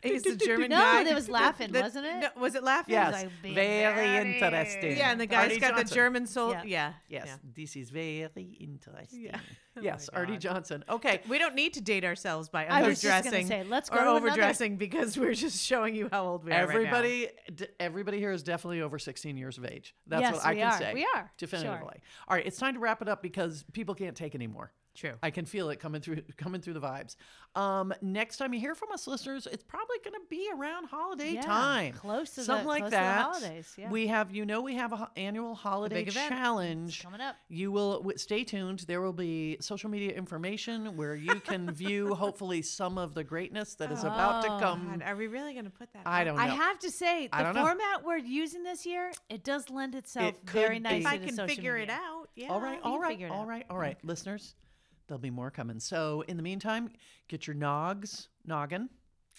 He's the No, German No, guy. there was laughing, The- wasn't it? no, was it laughing? Yes, Like being very very- interesting. Yeah, and the guy's Artie got the Johnson. German soul. Yeah. Yeah. Yes, yeah. this is very interesting. Yeah. <laughs> Oh yes, my Artie God. Johnson. Okay, We don't need to date ourselves by I was just gonna underdressing say, let's or go to another- overdressing because <laughs> we're just showing you how old we are. right now. everybody, d- everybody here is definitely over 16 years of age. That's Yes, what I we can are. say. We are. definitively. Sure. All right, it's time to wrap it up because people can't take anymore. True. I can feel it coming through <laughs> coming through the vibes. Um, next time you hear from us, listeners, it's probably going to be around holiday Yeah, time, close to the- something like close to the that. holidays, yeah. We have, you know, we have an annual holiday big event. challenge coming up. You will w- stay tuned. There will be social media information where you <laughs> can view, hopefully, some of the greatness that is about to Oh, come. God, are we really going to put that? Um, I up? don't know. I have to say, I the don't know. format we're using this year, it does lend itself It could very be. nicely If I to can social figure it media. out. Yeah. all right, we all can right, figure it all out. right, all right, listeners. There'll be more coming. So, in the meantime, get your nogs noggin,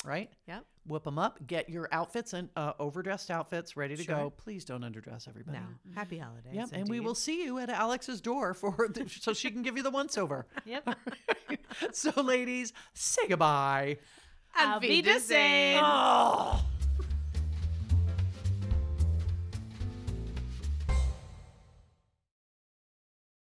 right? Yep. Whip them up. Get your outfits and uh, overdressed outfits ready to go. Sure. Please don't underdress everybody. Now, happy holidays. Yep, and we indeed. will see you at Alex's door for the, so she can give you the once over. Yep. so, ladies, say goodbye. Auf Auf Wiedersehen. Wiedersehen. Oh.